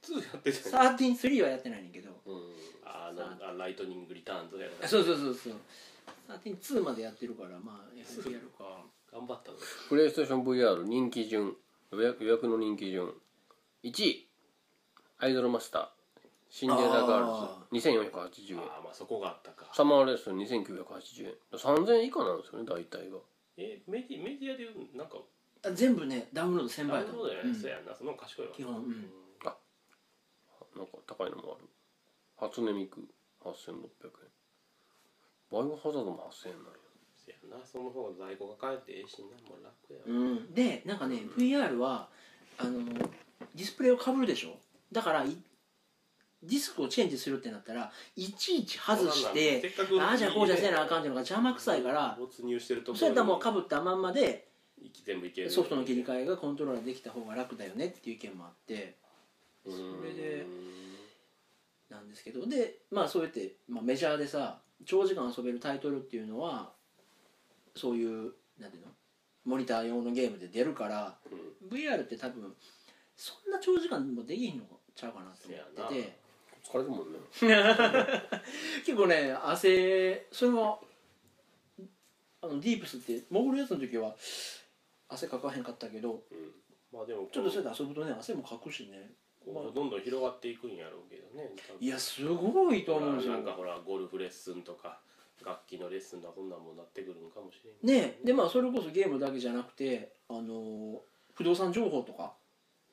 Speaker 1: ツーやってたね
Speaker 2: 133はやってないねんけど
Speaker 3: うん、うん、
Speaker 1: あのあライトニングリターンズやら
Speaker 2: そうそうそうそう132までやってるからまあ FB やるか
Speaker 1: 頑張ったの
Speaker 3: プレイステーション VR 人気順予約予約の人気順1位アイドルマスターシンデレラガールズ2480円
Speaker 1: ああまあそこがあったか
Speaker 3: サマーレッスン2980円3000円以下なんですよね大体が
Speaker 1: えメディメディアでなんか
Speaker 2: あ全部ねダウンロード1000倍
Speaker 1: ダウ
Speaker 2: やと
Speaker 1: ン
Speaker 2: 思
Speaker 1: ロ
Speaker 2: う
Speaker 1: ードやね、そうやなその方が賢いわ
Speaker 2: 基本うん
Speaker 3: なんか高いのもある初音ミク8600円バイオハザードも8000円なんや
Speaker 1: そうやなその方が在庫が帰ってええしなもう楽やわ、
Speaker 2: うん、でなんかね VR はあのディスプレイをかぶるでしょだからいディスクをチェンジするってなったらいちいち外してああじゃあこうじゃせなあかんっていうのが邪魔くさいから
Speaker 1: 没入してるとこ
Speaker 2: それやったらもうかぶったまんまで
Speaker 1: 全部いける
Speaker 2: ソフトの切り替えがコントローラーできた方が楽だよねっていう意見もあってそれでなんですけどでまあそうやって、まあ、メジャーでさ長時間遊べるタイトルっていうのはそういうなんていうのモニター用のゲームで出るから
Speaker 3: うん
Speaker 2: VR って多分そんな長時間もできひんのちゃうかなと思ってて
Speaker 3: 疲れるもんね
Speaker 2: 結構ね汗それもあのディープスって潜るやつの時は汗かかへんかったけど
Speaker 3: うん
Speaker 1: まあでも
Speaker 2: ちょっとそれで遊ぶとね汗もかくしね
Speaker 1: こうどんどん広がっていくんやろうけどね多分
Speaker 2: いやすごいと思うんですよ
Speaker 1: なんかほらゴルフレッスンとか楽器のレッスンだこんなんもなってくるんかもしれん
Speaker 2: ねでまあそれこそゲームだけじゃなくてあのー不動産情報とか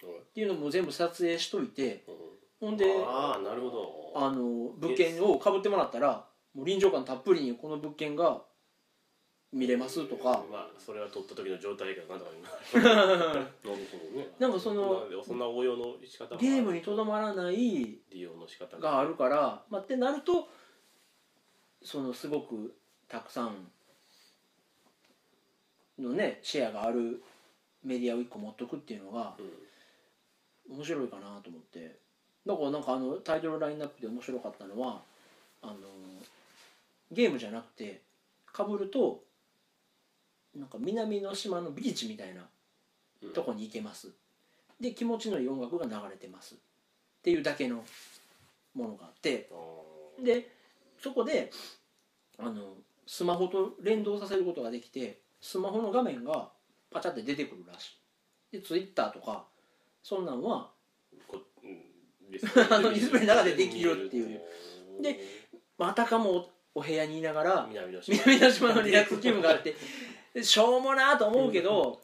Speaker 2: っていうのも全部撮影しといてほんで
Speaker 1: ああなるほど
Speaker 2: あの物件をかぶってもらったらもう臨場感たっぷりにこの物件が見れますとか
Speaker 1: まあそれは取った時の状態がなんとか今
Speaker 3: なるほどね
Speaker 2: なんかその
Speaker 1: そんな応用の仕方もある
Speaker 2: ゲームにとどまらない
Speaker 1: 利用の仕方
Speaker 2: があるから、まあ、ってなるとそのすごくたくさんのねシェアがあるメディアを1個持っとくっていうのが
Speaker 3: う
Speaker 2: 面白いかなと思ってだからなんかあのタイトルラインナップで面白かったのはあのゲームじゃなくてかぶるとなんか南の島のビーチみたいなんとこに行けますで気持ちのいい音楽が流れてますっていうだけのものがあって
Speaker 1: あー
Speaker 2: でそこであのスマホと連動させることができてスマホの画面がパチャって出てくるらしいでツイッターとかそんなんは
Speaker 1: こうんディスプレイ
Speaker 2: あのディスプレイの中でできるっていうで
Speaker 1: で
Speaker 2: またかもお部屋にいながら
Speaker 1: 南の島
Speaker 2: 南の島のリラックスチームがあってでしょうもなと思うけど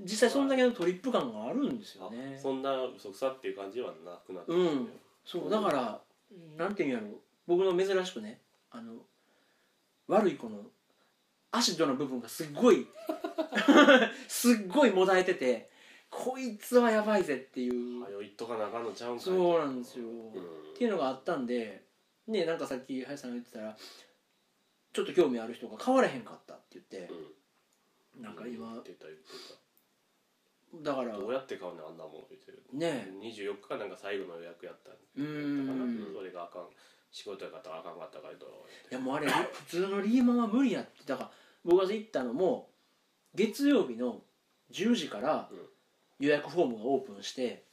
Speaker 2: 実際そんだけのトリップ感があるんですよね
Speaker 1: あそんな嘘くさっていう感じはなくなって
Speaker 2: う
Speaker 1: る
Speaker 2: んそうだからなんていうんやろ僕の珍しくねあの悪い子のアシッドの部分がすっごい すっごいもだえててこいつはやばいぜっていう
Speaker 1: はよいっとかなあかんのちゃうんかい
Speaker 2: そうなんですよ、
Speaker 3: ん
Speaker 2: っていうのがあったんでねなんかさっき林さんが言ってたらちょっと興味ある人が変わらへんかったって言って、なんか
Speaker 1: 言っ
Speaker 2: 今
Speaker 1: てた言って
Speaker 2: だから
Speaker 1: たどうやって買うねんあんなもん言ってる
Speaker 2: ね
Speaker 1: 24日かなんか最後の予約やったん
Speaker 2: うーん
Speaker 1: それがあかん仕事やからあかんかったからと
Speaker 2: いやもうあれ普通のリーマンは無理やってだから僕が行ったのも月曜日の10時から
Speaker 3: うん
Speaker 2: 予約フォームがオープンして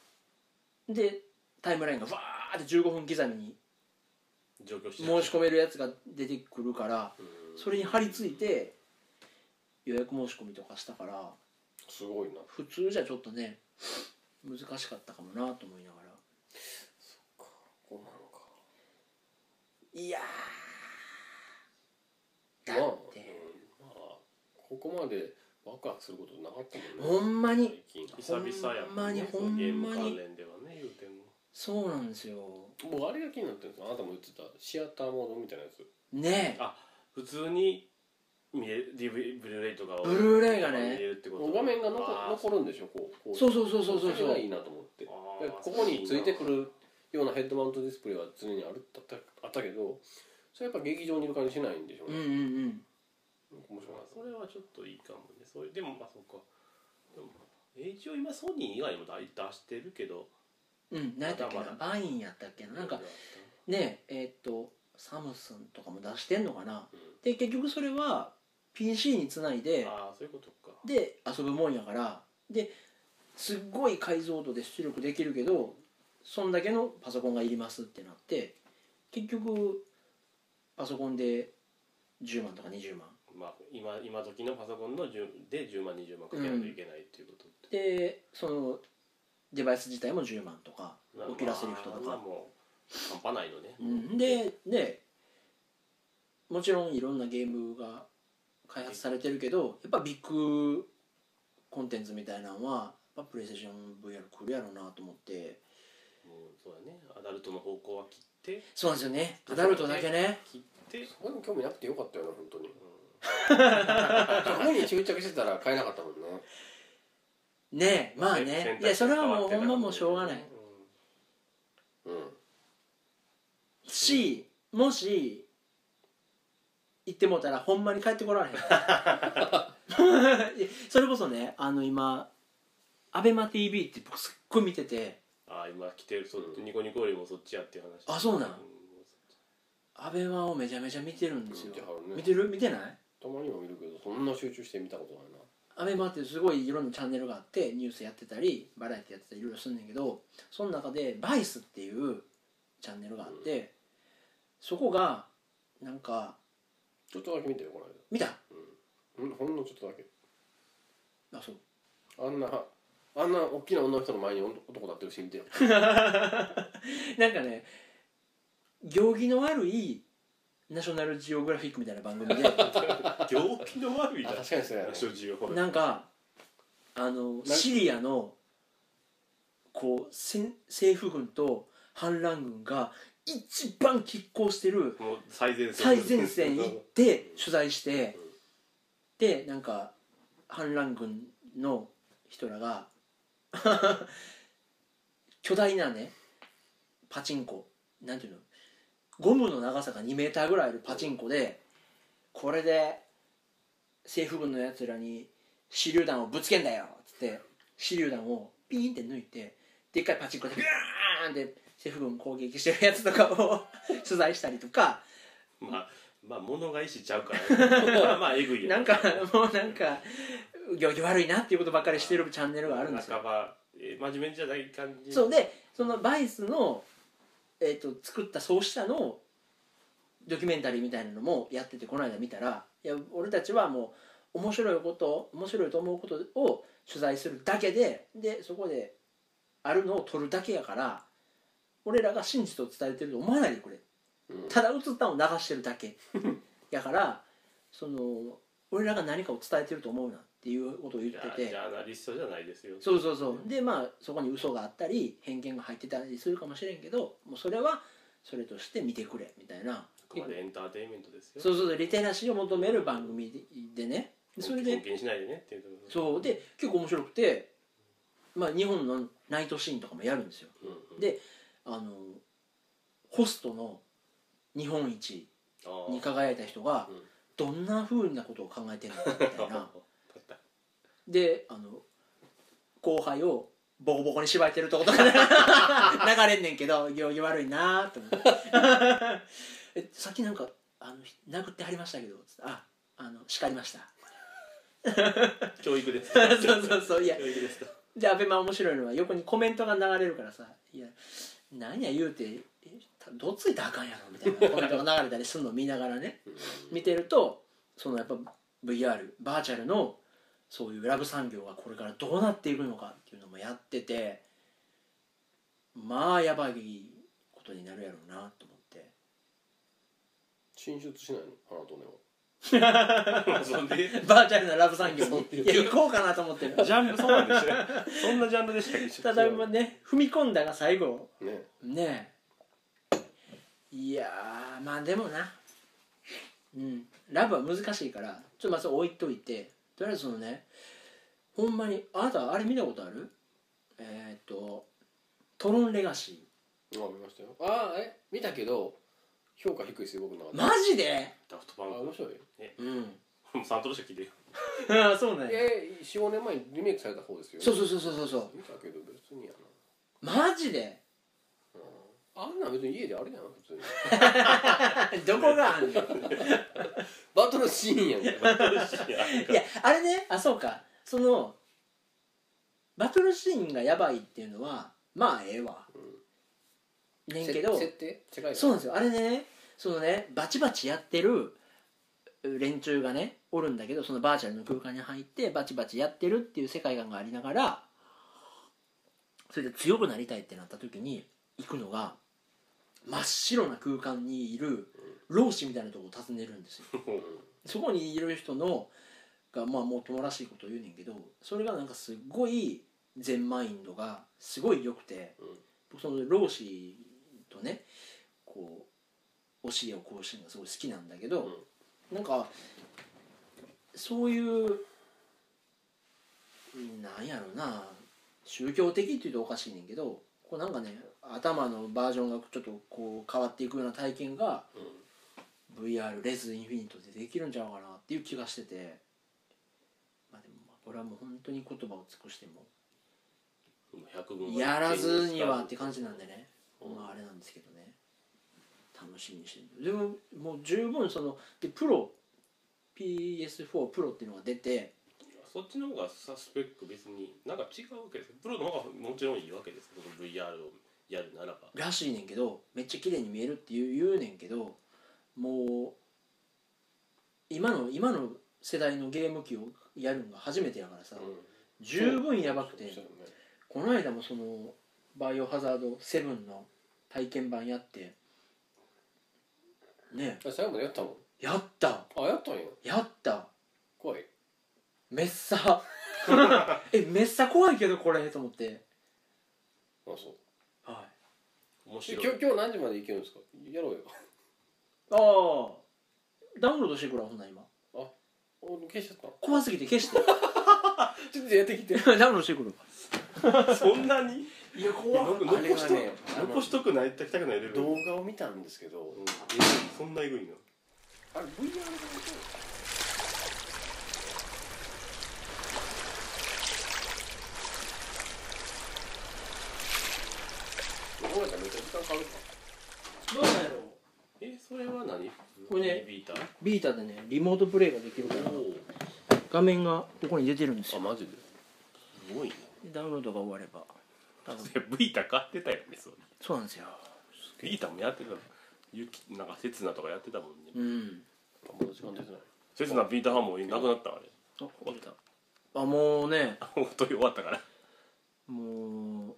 Speaker 2: でタイムラインがわーって15分刻みに
Speaker 1: 上京して
Speaker 2: 申し込めるやつが出てくるから
Speaker 3: うん
Speaker 2: それに張り付いて予約申し込みとかしたから
Speaker 3: すごいな
Speaker 2: 普通じゃちょっとね難しかったかもなと思いながら
Speaker 3: こうなのか
Speaker 2: いや
Speaker 3: ま
Speaker 2: だ
Speaker 3: あ、うん
Speaker 2: って
Speaker 3: まあここまでワクワクすることなかったもんね
Speaker 2: ほんまに
Speaker 3: 最近
Speaker 1: 久々や
Speaker 2: ほんまに
Speaker 1: そ
Speaker 2: ほん
Speaker 1: の
Speaker 2: まに
Speaker 1: ゲーム関連ではね言うても
Speaker 2: そうなんですよ
Speaker 3: もうあれが気になってるんですよあなたも言ってたシアターモードみたいなやつ
Speaker 2: ねえ
Speaker 1: あ普通に見える DV ブルーレイとかを
Speaker 2: ブルーレイが
Speaker 1: 見
Speaker 2: ね
Speaker 1: れるってこと
Speaker 3: 画面が残
Speaker 1: あー
Speaker 3: 残るんでしょこうこう
Speaker 2: そうそうそうそうそう
Speaker 3: それ
Speaker 2: そ
Speaker 3: がいいうなと思ってで
Speaker 1: あー
Speaker 3: ここについてくるようなヘッドマウントディスプレイは常にあるあったあったけどそれやっぱ劇場にいる感じしないんでしょう
Speaker 2: うんう
Speaker 3: ね、
Speaker 2: ん
Speaker 3: 面白か
Speaker 1: まあ
Speaker 3: った
Speaker 1: それはちょっといいかもねそういうでもまあそうかでも一応今ソニー以外にも出してるけど
Speaker 2: うんうん何やったっけ
Speaker 1: まだ
Speaker 2: な
Speaker 1: ま
Speaker 2: バインやったっけななんかねええーっとサムスンとかも出してんのかな
Speaker 3: う
Speaker 2: で結局それは PC につないで
Speaker 1: ああそういうことか
Speaker 2: で遊ぶもんやからですっごい解像度で出力できるけどそんだけのパソコンがいりますってなって結局パソコンで10万とか20万
Speaker 1: まあ今今時のパソコンの10で10万20万かけないといけないっていうことって
Speaker 2: でそのデバイス自体も10万とか
Speaker 1: まあ
Speaker 2: オキュラスリフトと
Speaker 1: まあ
Speaker 2: か、
Speaker 1: もう半端ないのね
Speaker 2: うん、でねもちろんいろんなゲームが開発されてるけどやっぱビッグコンテンツみたいなのはやっぱプレイステーション VR 来るやろうなと思って
Speaker 1: もうそうだねアダルトの方向は切って
Speaker 2: そうなんですよねアダルトだけね
Speaker 1: 切って
Speaker 3: そこでも興味なくてよかったよな本当に、そこに執着してたら買えなかったもんね
Speaker 2: ねえまあねいやそれはもうほんまもうしょうがない
Speaker 1: うん
Speaker 3: うん
Speaker 2: しもし行ってもうたらほんまに帰ってこられへん いやそれこそねあの今アベマ t v って僕すっごい見てて
Speaker 1: ああ今来てるそっちニコニコよりもそっちやっていう話
Speaker 2: あそうなん
Speaker 1: も
Speaker 2: アベマをめちゃめちゃ見てるんですよ
Speaker 3: 見てはるね
Speaker 2: 見てる見てない
Speaker 3: たまには見るけどそんな集中して見たことないな
Speaker 2: アベマってすごいいろんなチャンネルがあってニュースやってたりバラエティやってたりいろいろするんだけどその中で「バイス」っていうチャンネルがあって、そこがなんか
Speaker 3: ちょっとだけ見てよこの
Speaker 2: 見た
Speaker 3: 間うんほんのちょっとだけ
Speaker 2: あそう
Speaker 3: あんなあんな大きな女の人の前に男立ってるし見てよ
Speaker 2: なんかね行儀の悪いナショナルジオグラフィックみたいな番組で
Speaker 1: 病気の悪い
Speaker 3: あ
Speaker 1: だ
Speaker 3: 確かにそうやね
Speaker 1: 所持を
Speaker 2: なんかあのシリアのこうせん政府軍と反乱軍が一番拮抗してる
Speaker 1: もう最前線
Speaker 2: 最前線行って取材してでなんか反乱軍の人らが 巨大なねパチンコなんていうのゴムの長さが2メーターぐらいあるパチンコでこれで政府軍のやつらに手榴弾をぶつけんだよっつって手榴弾をピーンって抜いてでっかいパチンコでビューンって政府軍攻撃してるやつとかを 取材したりとか。
Speaker 1: まあまあ物がいいしちゃうからまあまあえぐいよ
Speaker 2: なんかもうなんか行儀悪いなっていうことばっかりしてるチャンネルがあるんですよ
Speaker 1: 半ばえ真面目じゃない感じ
Speaker 2: そうでそのバイスの、えー、と作った創始者のドキュメンタリーみたいなのもやっててこの間見たらいや俺たちはもう面白いこと面白いと思うことを取材するだけででそこであるのを撮るだけやから俺らが真実を伝えてると思わないでくれ
Speaker 3: うん
Speaker 2: ただ映ったのを流してるだけやからその俺らが何かを伝えてると思うなっていうことを言っ
Speaker 1: ジ
Speaker 2: て
Speaker 1: ャジ
Speaker 2: て
Speaker 1: ャーナリストじゃないですよ
Speaker 2: そうそうそうでまあそこに嘘があったり偏見が入ってたりするかもしれんけどもうそれはそれとして見てくれみたいな
Speaker 1: あくまでエンターテインメントですよ
Speaker 2: そうそうそうリテラシーを求める番組ででねでそれ
Speaker 1: 偏
Speaker 2: で
Speaker 1: 見しないでねっていうところ
Speaker 2: そうで結構面白くてまあ日本のナイトシーンとかもやるんですよ
Speaker 1: うんうん
Speaker 2: であのホストの日本一
Speaker 1: あー
Speaker 2: に輝いた人が
Speaker 1: うん
Speaker 2: どんなふうなことを考えてるのかみたいな
Speaker 1: だっ
Speaker 2: であの後輩をボコボコに縛いてるとことかね 流れんねんけど行儀悪いなと思って えさっきなんかあの殴ってはりましたけどつってああの叱りました
Speaker 1: た 教育です
Speaker 2: そうそうそういや
Speaker 1: 教育ですか
Speaker 2: でアベマ面白いのは横にコメントが流れるからさ「いや何や言うてえたどついたらあかんやろ」みたいなコメントが流れたりするのを見ながらね見てるとそのやっぱ VR バーチャルのそういうラブ産業がこれからどうなっていくのかっていうのもやっててまあやばいことになるやろうなと思って
Speaker 3: 進出しないの花とねは
Speaker 1: そんで
Speaker 2: バーチャルなラブ産業
Speaker 3: そう
Speaker 2: に
Speaker 3: 言う
Speaker 2: いや行こうかなと思ってる
Speaker 1: ジャンルそうなんですねそんなジャンルでしたっけ
Speaker 2: ただまあね踏み込んだが最後
Speaker 3: ね
Speaker 2: ねえいやーまあでもなうんラブは難しいからちょっとまず置いといてとりあえずそのねほんまにあなたあれ見たことあるえーっと「トロンレガシ
Speaker 3: あ見ましたよああえ見たけど評価低いですよ僕の中
Speaker 2: ー」
Speaker 3: で、
Speaker 2: マジで
Speaker 1: ダフトパン
Speaker 3: あ面
Speaker 1: ク
Speaker 3: 白い
Speaker 2: うん
Speaker 1: もうサントロしか聞いてる
Speaker 2: あそうなんや
Speaker 3: え45年前にリメイクされた方ですよね
Speaker 2: そうそうそうそうそうそう
Speaker 3: 見たけど別にや
Speaker 2: マジで
Speaker 3: なあんなん別に家であれやん普通に
Speaker 2: どこがあんの
Speaker 3: バトルシーンやん か
Speaker 2: いやあれねあそうかそのバトルシーンがやばいっていうのはまあええわ、ねんけど
Speaker 3: せ設定世界観
Speaker 2: そうなんですよあれねそのねバチバチやってる連中がねおるんだけどそのバーチャルの空間に入ってバチバチやってるっていう世界観がありながらそれで強くなりたいってなった時に行くのが真っ白な空間にいる老子みたいなとこを訪ねるんですよそこにいる人のがまあもう友らしいことを言うねんけどそれがなんかすっごい全マインドがすごい良くて、
Speaker 3: うん
Speaker 2: 僕その老子とねこう教えをこうしてるのがすごい好きなんだけど、なんかそういうなんやろな宗教的っていうとおかしいねんけどこうなんかね頭のバージョンがちょっとこう変わっていくような体験が
Speaker 3: うん
Speaker 2: VR レズインフィニットでできるんちゃうかなっていう気がしててまあでもまあこれはもう本当に言葉を尽くしてもやらずにはって感じなんでねまああれなんですけどね楽しみにしてるでももう十分そのでプロ PS4 プロっていうのが出て
Speaker 1: そっちの方がさスペック別になんか違うわけですよプロの方がもちろんいいわけですよその VR をやるならば
Speaker 2: らしいねんけどめっちゃ綺麗に見えるって言う言うねんけどもう今の今の世代のゲーム機をやるのが初めてやからさ、十分やばくて
Speaker 3: そうそう
Speaker 2: この間もその「バイオハザード7」の体験版やってね
Speaker 3: だよね最後までやったもん
Speaker 2: やった
Speaker 3: あやったんや
Speaker 2: やった
Speaker 3: 怖い
Speaker 2: めっさ えめっさ怖いけどこれと思って
Speaker 3: あそう
Speaker 2: はい
Speaker 1: 面
Speaker 3: え
Speaker 1: 白い
Speaker 3: 今日今日何時まで行けるんですかやろうよ
Speaker 2: ああダウンロードしてくらほんなら今
Speaker 3: 俺消しちゃった
Speaker 2: 怖すぎて消して
Speaker 3: ちょっとやってき て
Speaker 2: ダウンロードしてくる
Speaker 1: そんなに
Speaker 2: いや
Speaker 1: いや僕
Speaker 3: あれ
Speaker 1: 残し
Speaker 3: が
Speaker 1: と、
Speaker 3: ねあの
Speaker 1: 残しとくない行きたくないレベル
Speaker 3: 動画を見たんですけど
Speaker 1: うんえぐいそんなえぐいの
Speaker 3: あれ VR がどうやったらめっちゃ時間かかるか
Speaker 2: どうなんやろう
Speaker 1: えそれは何
Speaker 2: これね
Speaker 1: ビータ
Speaker 2: ビータでねリモートプレイができるから
Speaker 1: おお
Speaker 2: 画面がここに出てるんですよ
Speaker 3: マジです
Speaker 1: ごいな
Speaker 2: ダウンロードが終われば多分
Speaker 1: ビータ買ってたよねそう
Speaker 2: そうなんですよ
Speaker 1: ビータもやってたのゆきなんか刹那とかやってたもんね
Speaker 2: うん
Speaker 3: あまだ時間出てない
Speaker 1: 刹那ビータハンもなくなったわあれ
Speaker 2: あ終わったあもうね
Speaker 1: 本当に終わったから
Speaker 2: もう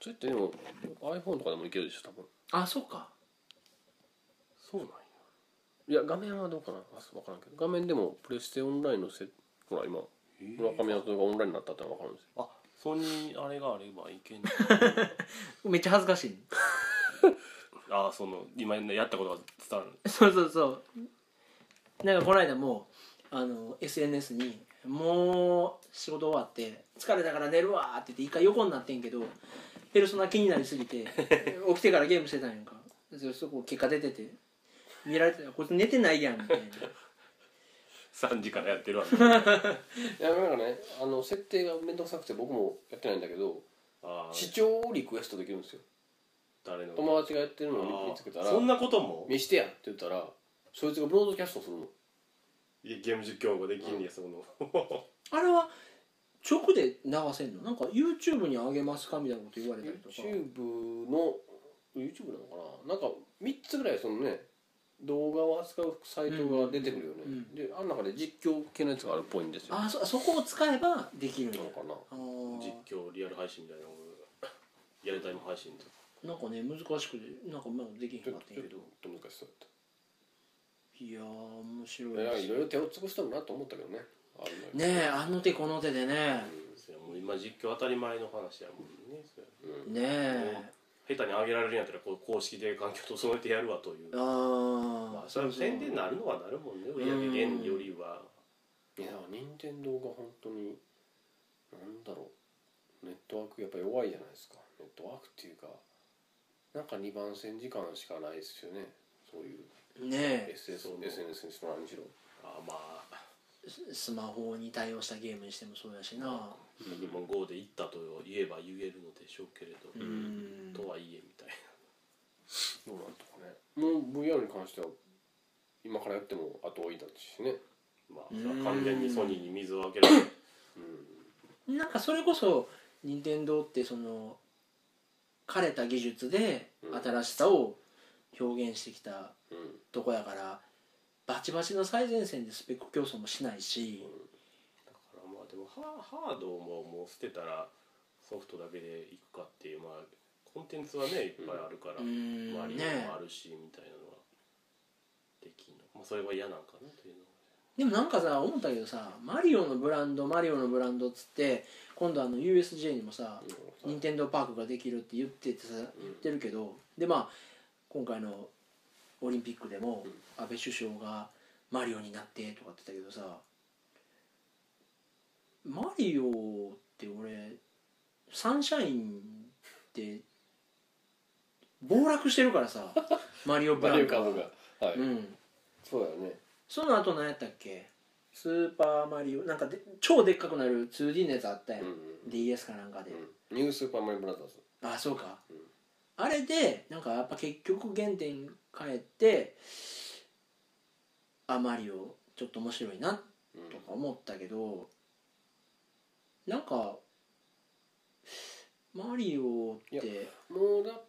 Speaker 3: それってでも iPhone とかでもいけるでしょ多分
Speaker 2: あそうか
Speaker 1: そうなんや
Speaker 3: いや画面はどうかなあそう分からんけど画面でもプレステオンラインのせほら今村上敦がオンラインになったってのが分かるんですよ
Speaker 1: あソニーあれがあればいけんの
Speaker 2: めっちゃ恥ずかしい、
Speaker 1: あその今やったことが伝わる
Speaker 2: そうそうそうなんかこの間もあの SNS に「もう仕事終わって疲れたから寝るわ」って言って一回横になってんけどペルソナ気になりすぎ て起きてからゲームしてたんやんかそそこ結果出てて見られてたこいつ寝てないやん」み たいな
Speaker 1: 3時からやってるわけあ
Speaker 3: いやなんかねあの設定が面倒くさくて僕もやってないんだけど
Speaker 1: あ
Speaker 3: 視聴をリクエストできるんですよ
Speaker 1: 誰の
Speaker 3: 友達がやってるのを見つけた
Speaker 1: あ
Speaker 3: ら
Speaker 1: あそんなことも
Speaker 3: 見してやって言ったらそいつがブロードキャストするの
Speaker 1: いやゲーム実況ができんねやその
Speaker 2: あれは直で流せんのなんか YouTube に上げますかみたいなこと言われたりとか
Speaker 3: YouTube の YouTube なのかななんか3つぐらいそのね動画を扱うサイトが出てくるよね、
Speaker 2: うんうん
Speaker 3: であん中で実況系のやつがあるっぽいんですよな
Speaker 2: あそそこを使えばできるんや
Speaker 3: のかな
Speaker 2: あー
Speaker 1: 実況リアル配信みたいなのがリアルタイム配信とか
Speaker 2: なんかね難しくてなんかまだできへん
Speaker 3: ち
Speaker 2: か
Speaker 3: ょ
Speaker 2: っ
Speaker 3: った
Speaker 2: んやけど
Speaker 3: と難しそうだっ
Speaker 2: いやー面白い
Speaker 3: たいや
Speaker 2: です
Speaker 3: いろいろ手を尽くしたんだなと思ったけどねあるのよ
Speaker 2: ねえあの手この手でね
Speaker 1: そうやもう今実況当たり前の話やもんねそれ
Speaker 3: うん
Speaker 2: ねえ
Speaker 1: 下手に上げられるんやったらこう公式で環境整えてやるわという
Speaker 2: あ
Speaker 1: ま
Speaker 2: ー
Speaker 1: あそれは宣伝になるのはなるもんね売り上げ減よりはい
Speaker 3: や任天堂が本当になんだろうネットワークやっぱ弱いじゃないですかネットワークっていうかなんか2番線時間しかないですよねそういう
Speaker 2: ねえ
Speaker 3: SS
Speaker 1: そう
Speaker 3: SNS にしろ何にしろ
Speaker 1: あまあ
Speaker 2: ススマホに対応したゲームにしてもそうやしな
Speaker 1: ポケモン GO で行ったと言えば言えるのでしょうけれど、
Speaker 2: うん
Speaker 1: とはいえみたい
Speaker 3: どうなんとかねもう VR に関しては今からやっても後追いだしね
Speaker 1: なまあそれは完全にソニーに水をあげられる
Speaker 2: なんかそれこそ任天堂ってその枯れた技術で
Speaker 3: うん
Speaker 2: 新しさを表現してきた
Speaker 3: うん
Speaker 2: とこやからバチバチの最前線でスペック競争もしないし
Speaker 1: だからまあでもハハードももう捨てたらソフトだけでいくかっていうまあコンテンツはねいっぱいあるから、
Speaker 2: うん
Speaker 1: マリ
Speaker 2: ね
Speaker 1: オもあるしみたいなのはできんの、まあ、それは嫌なんかなというのは
Speaker 2: でもなんかさ思ったけどさマリオのブランドマリオのブランドっつって今度あの USJ にもさ
Speaker 3: うん
Speaker 2: 任天堂パークができるって言っててさ言ってるけどでまあ今回のオリンピックでも安倍首相がマリオになってとかって言ったけどさマリオって俺サンシャインって暴落してるから さマリオブ
Speaker 3: マ
Speaker 2: ラ
Speaker 3: リ
Speaker 2: ン
Speaker 3: オカ
Speaker 2: ド
Speaker 3: ード
Speaker 2: が
Speaker 3: がはい、
Speaker 2: うん
Speaker 3: そうだよね
Speaker 2: その後何やったっけスーパーマリオなんかで超でっかくなる 2D のやつあったやん、
Speaker 3: うん
Speaker 2: DS かなんかで、
Speaker 3: うんニュースーパーマリオブラザーズ
Speaker 2: あそうか、
Speaker 3: うん
Speaker 2: あれでなんかやっぱ結局原点に帰ってあマリオちょっと面白いな
Speaker 3: うん
Speaker 2: とか思ったけど、なんかマリオって
Speaker 3: もうだ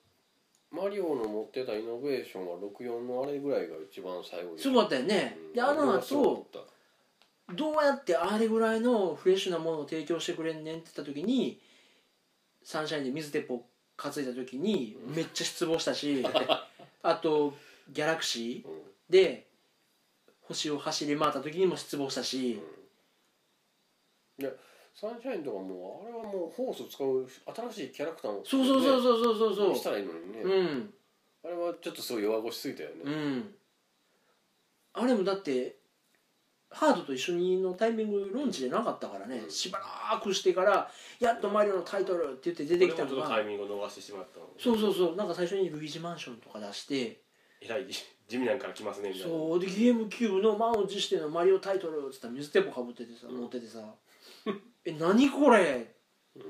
Speaker 3: マリオの持ってたイノベーションは64のあれぐらいが一番最後
Speaker 2: すごかったよね、であの後どうやってあれぐらいのフレッシュなものを提供してくれんねんって言った時にサンシャインで水鉄砲担いだ時にめっちゃ失望し たしあとギャラクシーで星を走り回った時にも失望したし、
Speaker 3: いやサンシャインとかもうあれはもうホース使う新しいキャラクターを
Speaker 2: そうそうそうそうそうそう
Speaker 3: し
Speaker 2: そ
Speaker 3: たらいいのにね、
Speaker 2: う、うん
Speaker 3: あれはちょっとすごい弱腰すぎたよね、
Speaker 2: うんあれもだってハードと一緒にのタイミングローンチでなかったからね、
Speaker 3: うん
Speaker 2: しばらくしてからやっとマリオのタイトルって言って出てきた
Speaker 1: これも
Speaker 2: の
Speaker 1: ちょっとタ
Speaker 2: が
Speaker 1: イミングを逃してしまったの
Speaker 2: そうそうそうなんか最初に「ルイージマンション」とか出して
Speaker 1: えらい地味なんから来ますねみたいな
Speaker 2: そうでゲームキューブの満を持してのマリオタイトルっつったら水鉄砲かぶっててさ
Speaker 3: うん
Speaker 2: 持っててさ「え何これ
Speaker 3: うん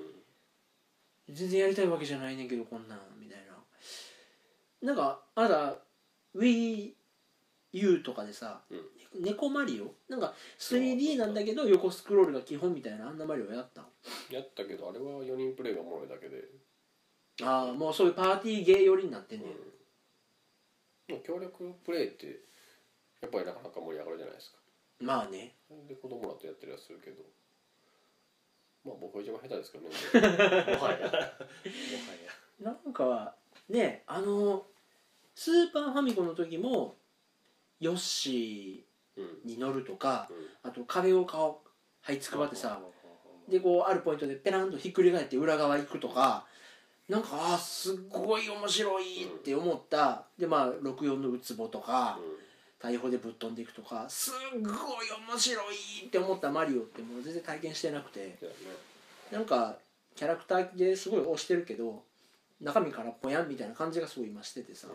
Speaker 2: 全然やりたいわけじゃないねんけどこんなん」みたいななんかあなた WiiU とかでさ
Speaker 3: うん
Speaker 2: 「猫マリオ」なんか 3D なんだけど横スクロールが基本みたいなあんなマリオやったん
Speaker 3: やったけどあれは4人プレイがおもろいだけで、
Speaker 2: ああもうそういうパーティーゲー寄りになってん
Speaker 3: うん
Speaker 2: ねん、
Speaker 3: もう協力プレイってやっぱりなかなか盛り上がるじゃないですか
Speaker 2: まあね
Speaker 3: それで子供らとやってるやつするけどまあ僕は一番下手ですけ どね
Speaker 1: もはやもはや
Speaker 2: なんかねあのスーパーファミコンの時もヨッシ
Speaker 3: うん
Speaker 2: ーに乗るとか
Speaker 3: うん
Speaker 2: あと壁を顔はいつくばってさ
Speaker 1: で
Speaker 2: でこうあるポイントでペランとひっくり返って裏側行くとかなんかあーすっごい面白いって思ったでまあ64のウツボとか大砲でぶっ飛んでいくとかすっごい面白いって思ったマリオってもう全然体験してなくて
Speaker 3: だよね
Speaker 2: なんかキャラクターですごい推してるけど中身からぽやんみたいな感じがすごい今しててさ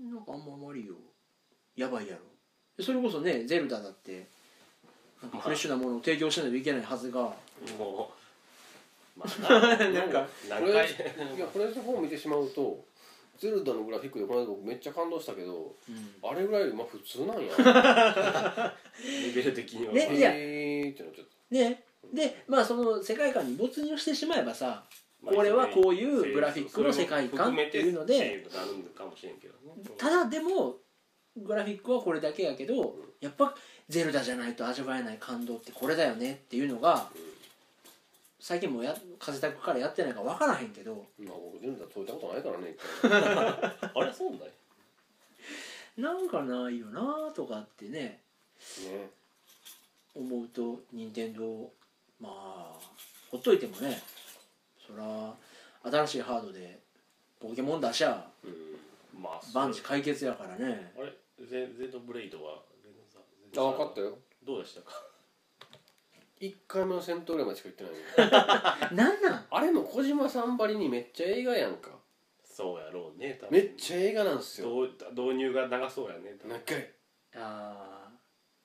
Speaker 2: なんかあんまマリオやばいやろでそれこそねゼルダだってなんかフレッシュなものを提供しないといけないはずが。
Speaker 1: もうまあ
Speaker 2: なんか
Speaker 1: 何
Speaker 3: これ
Speaker 1: 回
Speaker 3: いやプレステ4見てしまうとゼルダのグラフィックでこの間僕めっちゃ感動したけど
Speaker 2: うん
Speaker 3: あれぐらいよりまあ普通な んや
Speaker 1: レベル的には
Speaker 2: ねいや
Speaker 3: えーってなっちゃっ
Speaker 2: ねでまあその世界観に没入してしまえばさこれはこういうグラフィックの世界観っていうので
Speaker 1: そうそれも含めてっていうのになるのかもしれんけどね
Speaker 2: ただでもグラフィックはこれだけやけどやっぱゼルダじゃないと味わえない感動ってこれだよねっていうのが最近もうや風たくからやってないから分からへんけど
Speaker 3: たまあ僕ゼルダ解いたことないからね
Speaker 1: あれそうなんだよ
Speaker 2: なんかないよなとかってね
Speaker 3: 一回ね
Speaker 2: 思うと任天堂まあほっといてもねそら新しいハードでポケモン出しゃ
Speaker 3: うん
Speaker 1: まあそう
Speaker 2: バンチ解決やからね
Speaker 1: あれゼゼノブレイドはゼノザゼ
Speaker 3: あ
Speaker 1: ノ
Speaker 3: 分
Speaker 1: ザ
Speaker 3: かったよ
Speaker 1: どうでしたか
Speaker 3: 一回目の戦闘ぐらいまでしか行ってないのよ
Speaker 2: なんなん
Speaker 3: あれも小島さんばりにめっちゃ映画やんか
Speaker 1: そうやろうね多分
Speaker 3: めっちゃ映画なんですよ
Speaker 1: 導導入が長そうやね多分
Speaker 3: 何回
Speaker 2: あ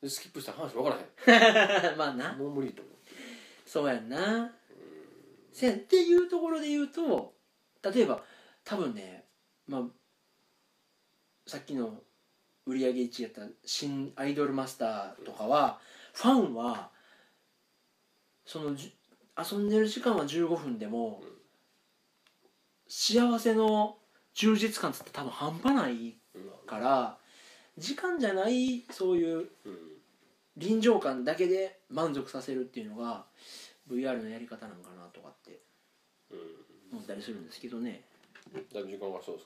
Speaker 3: でスキップしたら話分からへ
Speaker 2: ー まあなん
Speaker 3: もう無理と思
Speaker 2: そうやんなせんっていうところで言うと例えば多分ね、まあ、さっきの売り上げ1位やった新アイドルマスターとかはファンはそのじ遊んでる時間は15分でも
Speaker 3: うん
Speaker 2: 幸せの充実感っつって多分半端ないう
Speaker 3: うん
Speaker 2: から時間じゃないそういう
Speaker 3: うん
Speaker 2: 臨場感だけで満足させるっていうのが VR のやり方なんかなとかって
Speaker 3: うん
Speaker 2: 思ったりするんですけどね
Speaker 3: だいぶ時間がかかりそうで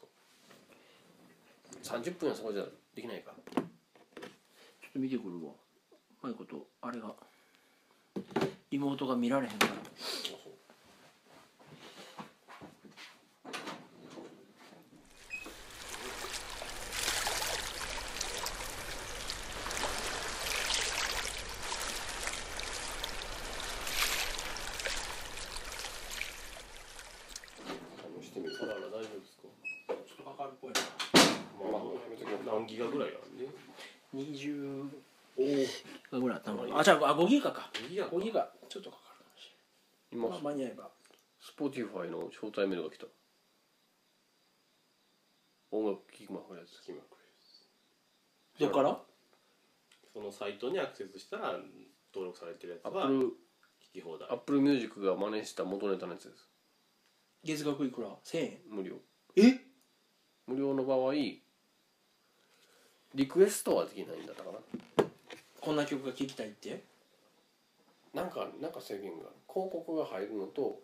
Speaker 3: すか30分はそこじゃできないか
Speaker 2: ちょっと見てくるわうまいことあれが妹が見られへんから
Speaker 3: そうそう試してみる
Speaker 1: あらあら大丈夫ですか
Speaker 2: ちょっとかかるっぽいな
Speaker 1: まあ何ギガぐらいあるね
Speaker 2: 20
Speaker 1: おお
Speaker 2: ギガぐらいあったのかなあじゃああ5ギガか
Speaker 1: ギガか
Speaker 2: 5ギガちょっとかかるかもしれ
Speaker 3: 今
Speaker 2: ないまあ間に合えば
Speaker 3: スポティファイの招待メールが来た音楽聴きまくるやつ
Speaker 1: 今これ
Speaker 2: どっから
Speaker 1: そのサイトにアクセスしたら登録されてるやつ
Speaker 3: ア
Speaker 1: は
Speaker 3: ップル
Speaker 1: き放題
Speaker 3: アップルミュージックが真似した元ネタのやつです
Speaker 2: 月額いくら1000円
Speaker 3: 無料
Speaker 2: え
Speaker 3: 無料の場合リクエストはできないんだったか
Speaker 2: こんな曲が聴きたいって
Speaker 3: ななんかなんか制限がある広告が入るのと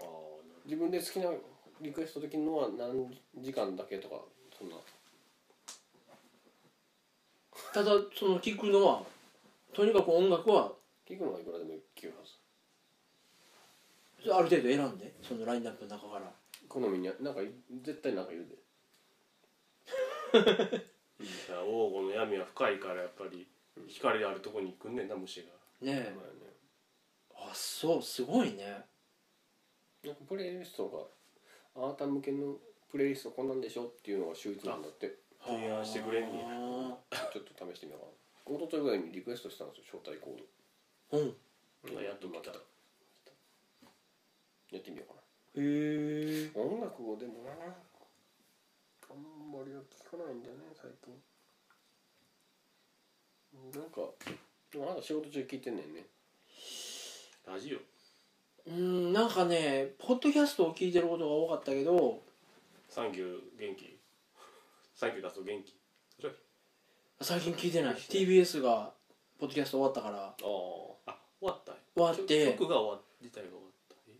Speaker 1: ああ
Speaker 3: 自分で好きなリクエストできるのは何時間だけとかそんな
Speaker 2: ただその聴くのはとにかく音楽は
Speaker 3: 聞くのがいくらでも聞けるはず
Speaker 2: ある程度選んでそのラインナップの中から
Speaker 3: 好みになんか絶対なんか言うで
Speaker 1: いや王吾の闇は深いからやっぱり光あるとこに行くんねんな虫が
Speaker 2: ね
Speaker 3: まあ
Speaker 2: え
Speaker 3: ね
Speaker 2: あそうすごいね
Speaker 3: なんかプレイリストがあなた向けのプレイリストこんなんでしょっていうのが秀逸なんだって
Speaker 1: 提案してくれんねや
Speaker 2: あ
Speaker 3: ちょっと試してみようかな一昨日ぐらいにリクエストしたんですよ招待コー
Speaker 2: ーうん
Speaker 1: まあやっと来た
Speaker 3: ドやってみようか
Speaker 2: へえ
Speaker 3: な音楽をでもなあんまり聞かないんだよね最近なんかでもあなた仕事中聞いてんねんね
Speaker 1: ラジオ
Speaker 2: うんなんかねポッドキャストを聞いてることが多かったけど
Speaker 1: サンキュー元気サンキュー出すと元気
Speaker 2: 最近聞いてない TBS がポッドキャスト終わったから
Speaker 3: ああ
Speaker 1: あ終わった
Speaker 2: 終わって
Speaker 1: 曲が終わりたいが終わっ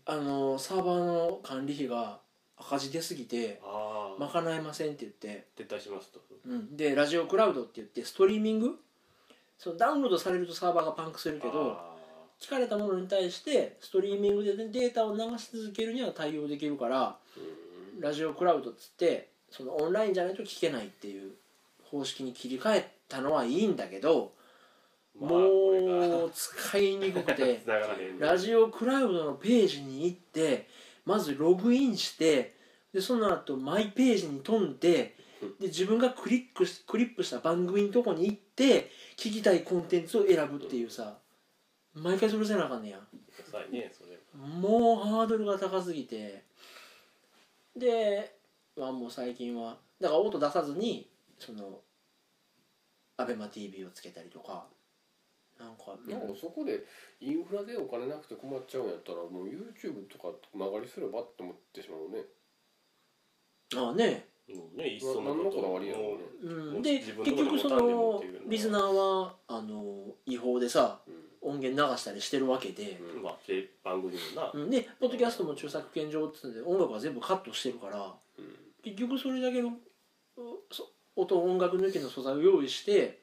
Speaker 1: た
Speaker 2: あのサーバーの管理費が赤字出すぎて
Speaker 1: ああ、
Speaker 2: 賄えませんって言って、
Speaker 1: 撤退しますと
Speaker 2: うん、でラジオクラウドって言ってストリーミングそのダウンロードされるとサーバーがパンクするけど
Speaker 1: あ
Speaker 2: 聞かれたものに対してストリーミングでデータを流し続けるには対応できるから
Speaker 3: うん
Speaker 2: ラジオクラウドっつってそのオンラインじゃないと聞けないっていう方式に切り替えたのはいいんだけど、
Speaker 1: ーまあ
Speaker 2: も
Speaker 1: これ
Speaker 2: う使いにくく
Speaker 1: が
Speaker 2: て
Speaker 1: 繋がらへんね
Speaker 2: ラジオクラウドのページに行ってまずログインしてでその後マイページに飛んでで自分がクリックしクリップした番組のとこに行って聞きたいコンテンツを選ぶっていうさ毎回それせなあかんねや
Speaker 1: さいねそれ
Speaker 2: もうハードルが高すぎてで、まあ、もう最近はだから音出さずにその ABEMATV をつけたりとかなんか
Speaker 3: なんかそこでインフラでお金なくて困っちゃうんやったらもう YouTube とか曲がりすればって思ってしまうね
Speaker 2: ああね
Speaker 1: もうねいっその
Speaker 3: 何
Speaker 1: こ
Speaker 3: の
Speaker 1: と
Speaker 3: こだわりやろうね
Speaker 2: うん、で
Speaker 1: 自分
Speaker 2: 結
Speaker 1: のこと
Speaker 2: 局
Speaker 1: で
Speaker 2: そ
Speaker 1: も単に持っ
Speaker 2: の
Speaker 1: ていくのは
Speaker 2: リスナーはあの違法でさ
Speaker 3: うん
Speaker 2: 音源流したりしてるわけで、
Speaker 3: うん
Speaker 1: まあけ番組もな
Speaker 2: うん、でポッドキャストも著作権上って言うんで音楽は全部カットしてるから
Speaker 3: うん
Speaker 2: 結局それだけのうそ音音楽抜きの素材を用意して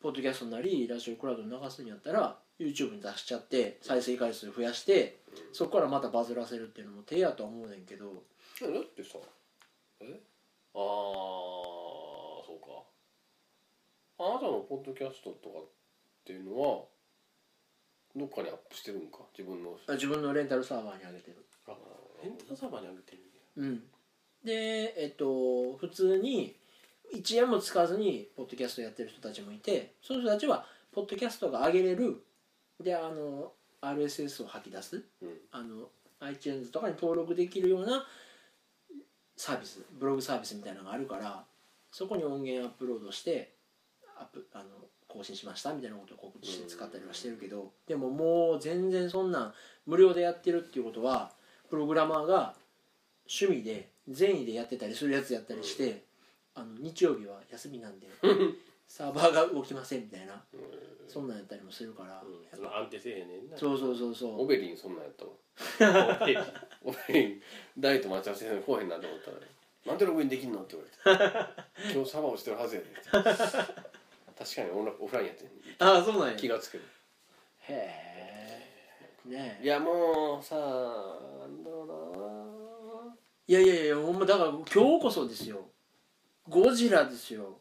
Speaker 2: ポッドキャストなりラジオクラウドに流すんやったら YouTube に出しちゃって再生回数増やしてそこからまたバズらせるっていうのも手やとは思うねんけど
Speaker 3: いやだってさえああそうかあなたのポッドキャストとかっていうのはどっかにアップしてるんか自分の
Speaker 2: あ自分のレンタルサーバーに上げてる。
Speaker 1: あエンターサーバーに上げてるんや
Speaker 2: うん、でえっと普通に1円も使わずにポッドキャストやってる人たちもいてその人たちはポッドキャストが上げれるであの RSS を吐き出す
Speaker 3: うん
Speaker 2: あの iTunes とかに登録できるようなサービスブログサービスみたいなのがあるからそこに音源アップロードしてアップあの更新しましたみたいなことを告知して使ったりはしてるけどでももう全然そんなん無料でやってるっていうことはプログラマーが趣味で善意でやってたりするやつやったりしてあの日曜日は休みなんでサーバーが動きませんみたいなそんなんやったりもするから
Speaker 1: うん
Speaker 2: や
Speaker 1: そ
Speaker 2: っ
Speaker 1: の
Speaker 2: ぱ
Speaker 1: 安定せえへんねん な
Speaker 2: そうそうそうそう
Speaker 3: オベリンそんなんや ったわ
Speaker 1: オペリン
Speaker 3: オベリン誰と待ち合わせせんのこうへんなと思ったら「なんでログインできんの?」って言わ れて「今日サーバーをしてるはずやねん」って確かにオンラオフラインやってんね
Speaker 2: ああそうなんや
Speaker 3: 気がつける
Speaker 2: へえね
Speaker 3: い
Speaker 2: え
Speaker 3: やもうさなんだろ
Speaker 2: いやいやいやほんまだから今日こそですよゴジラですよ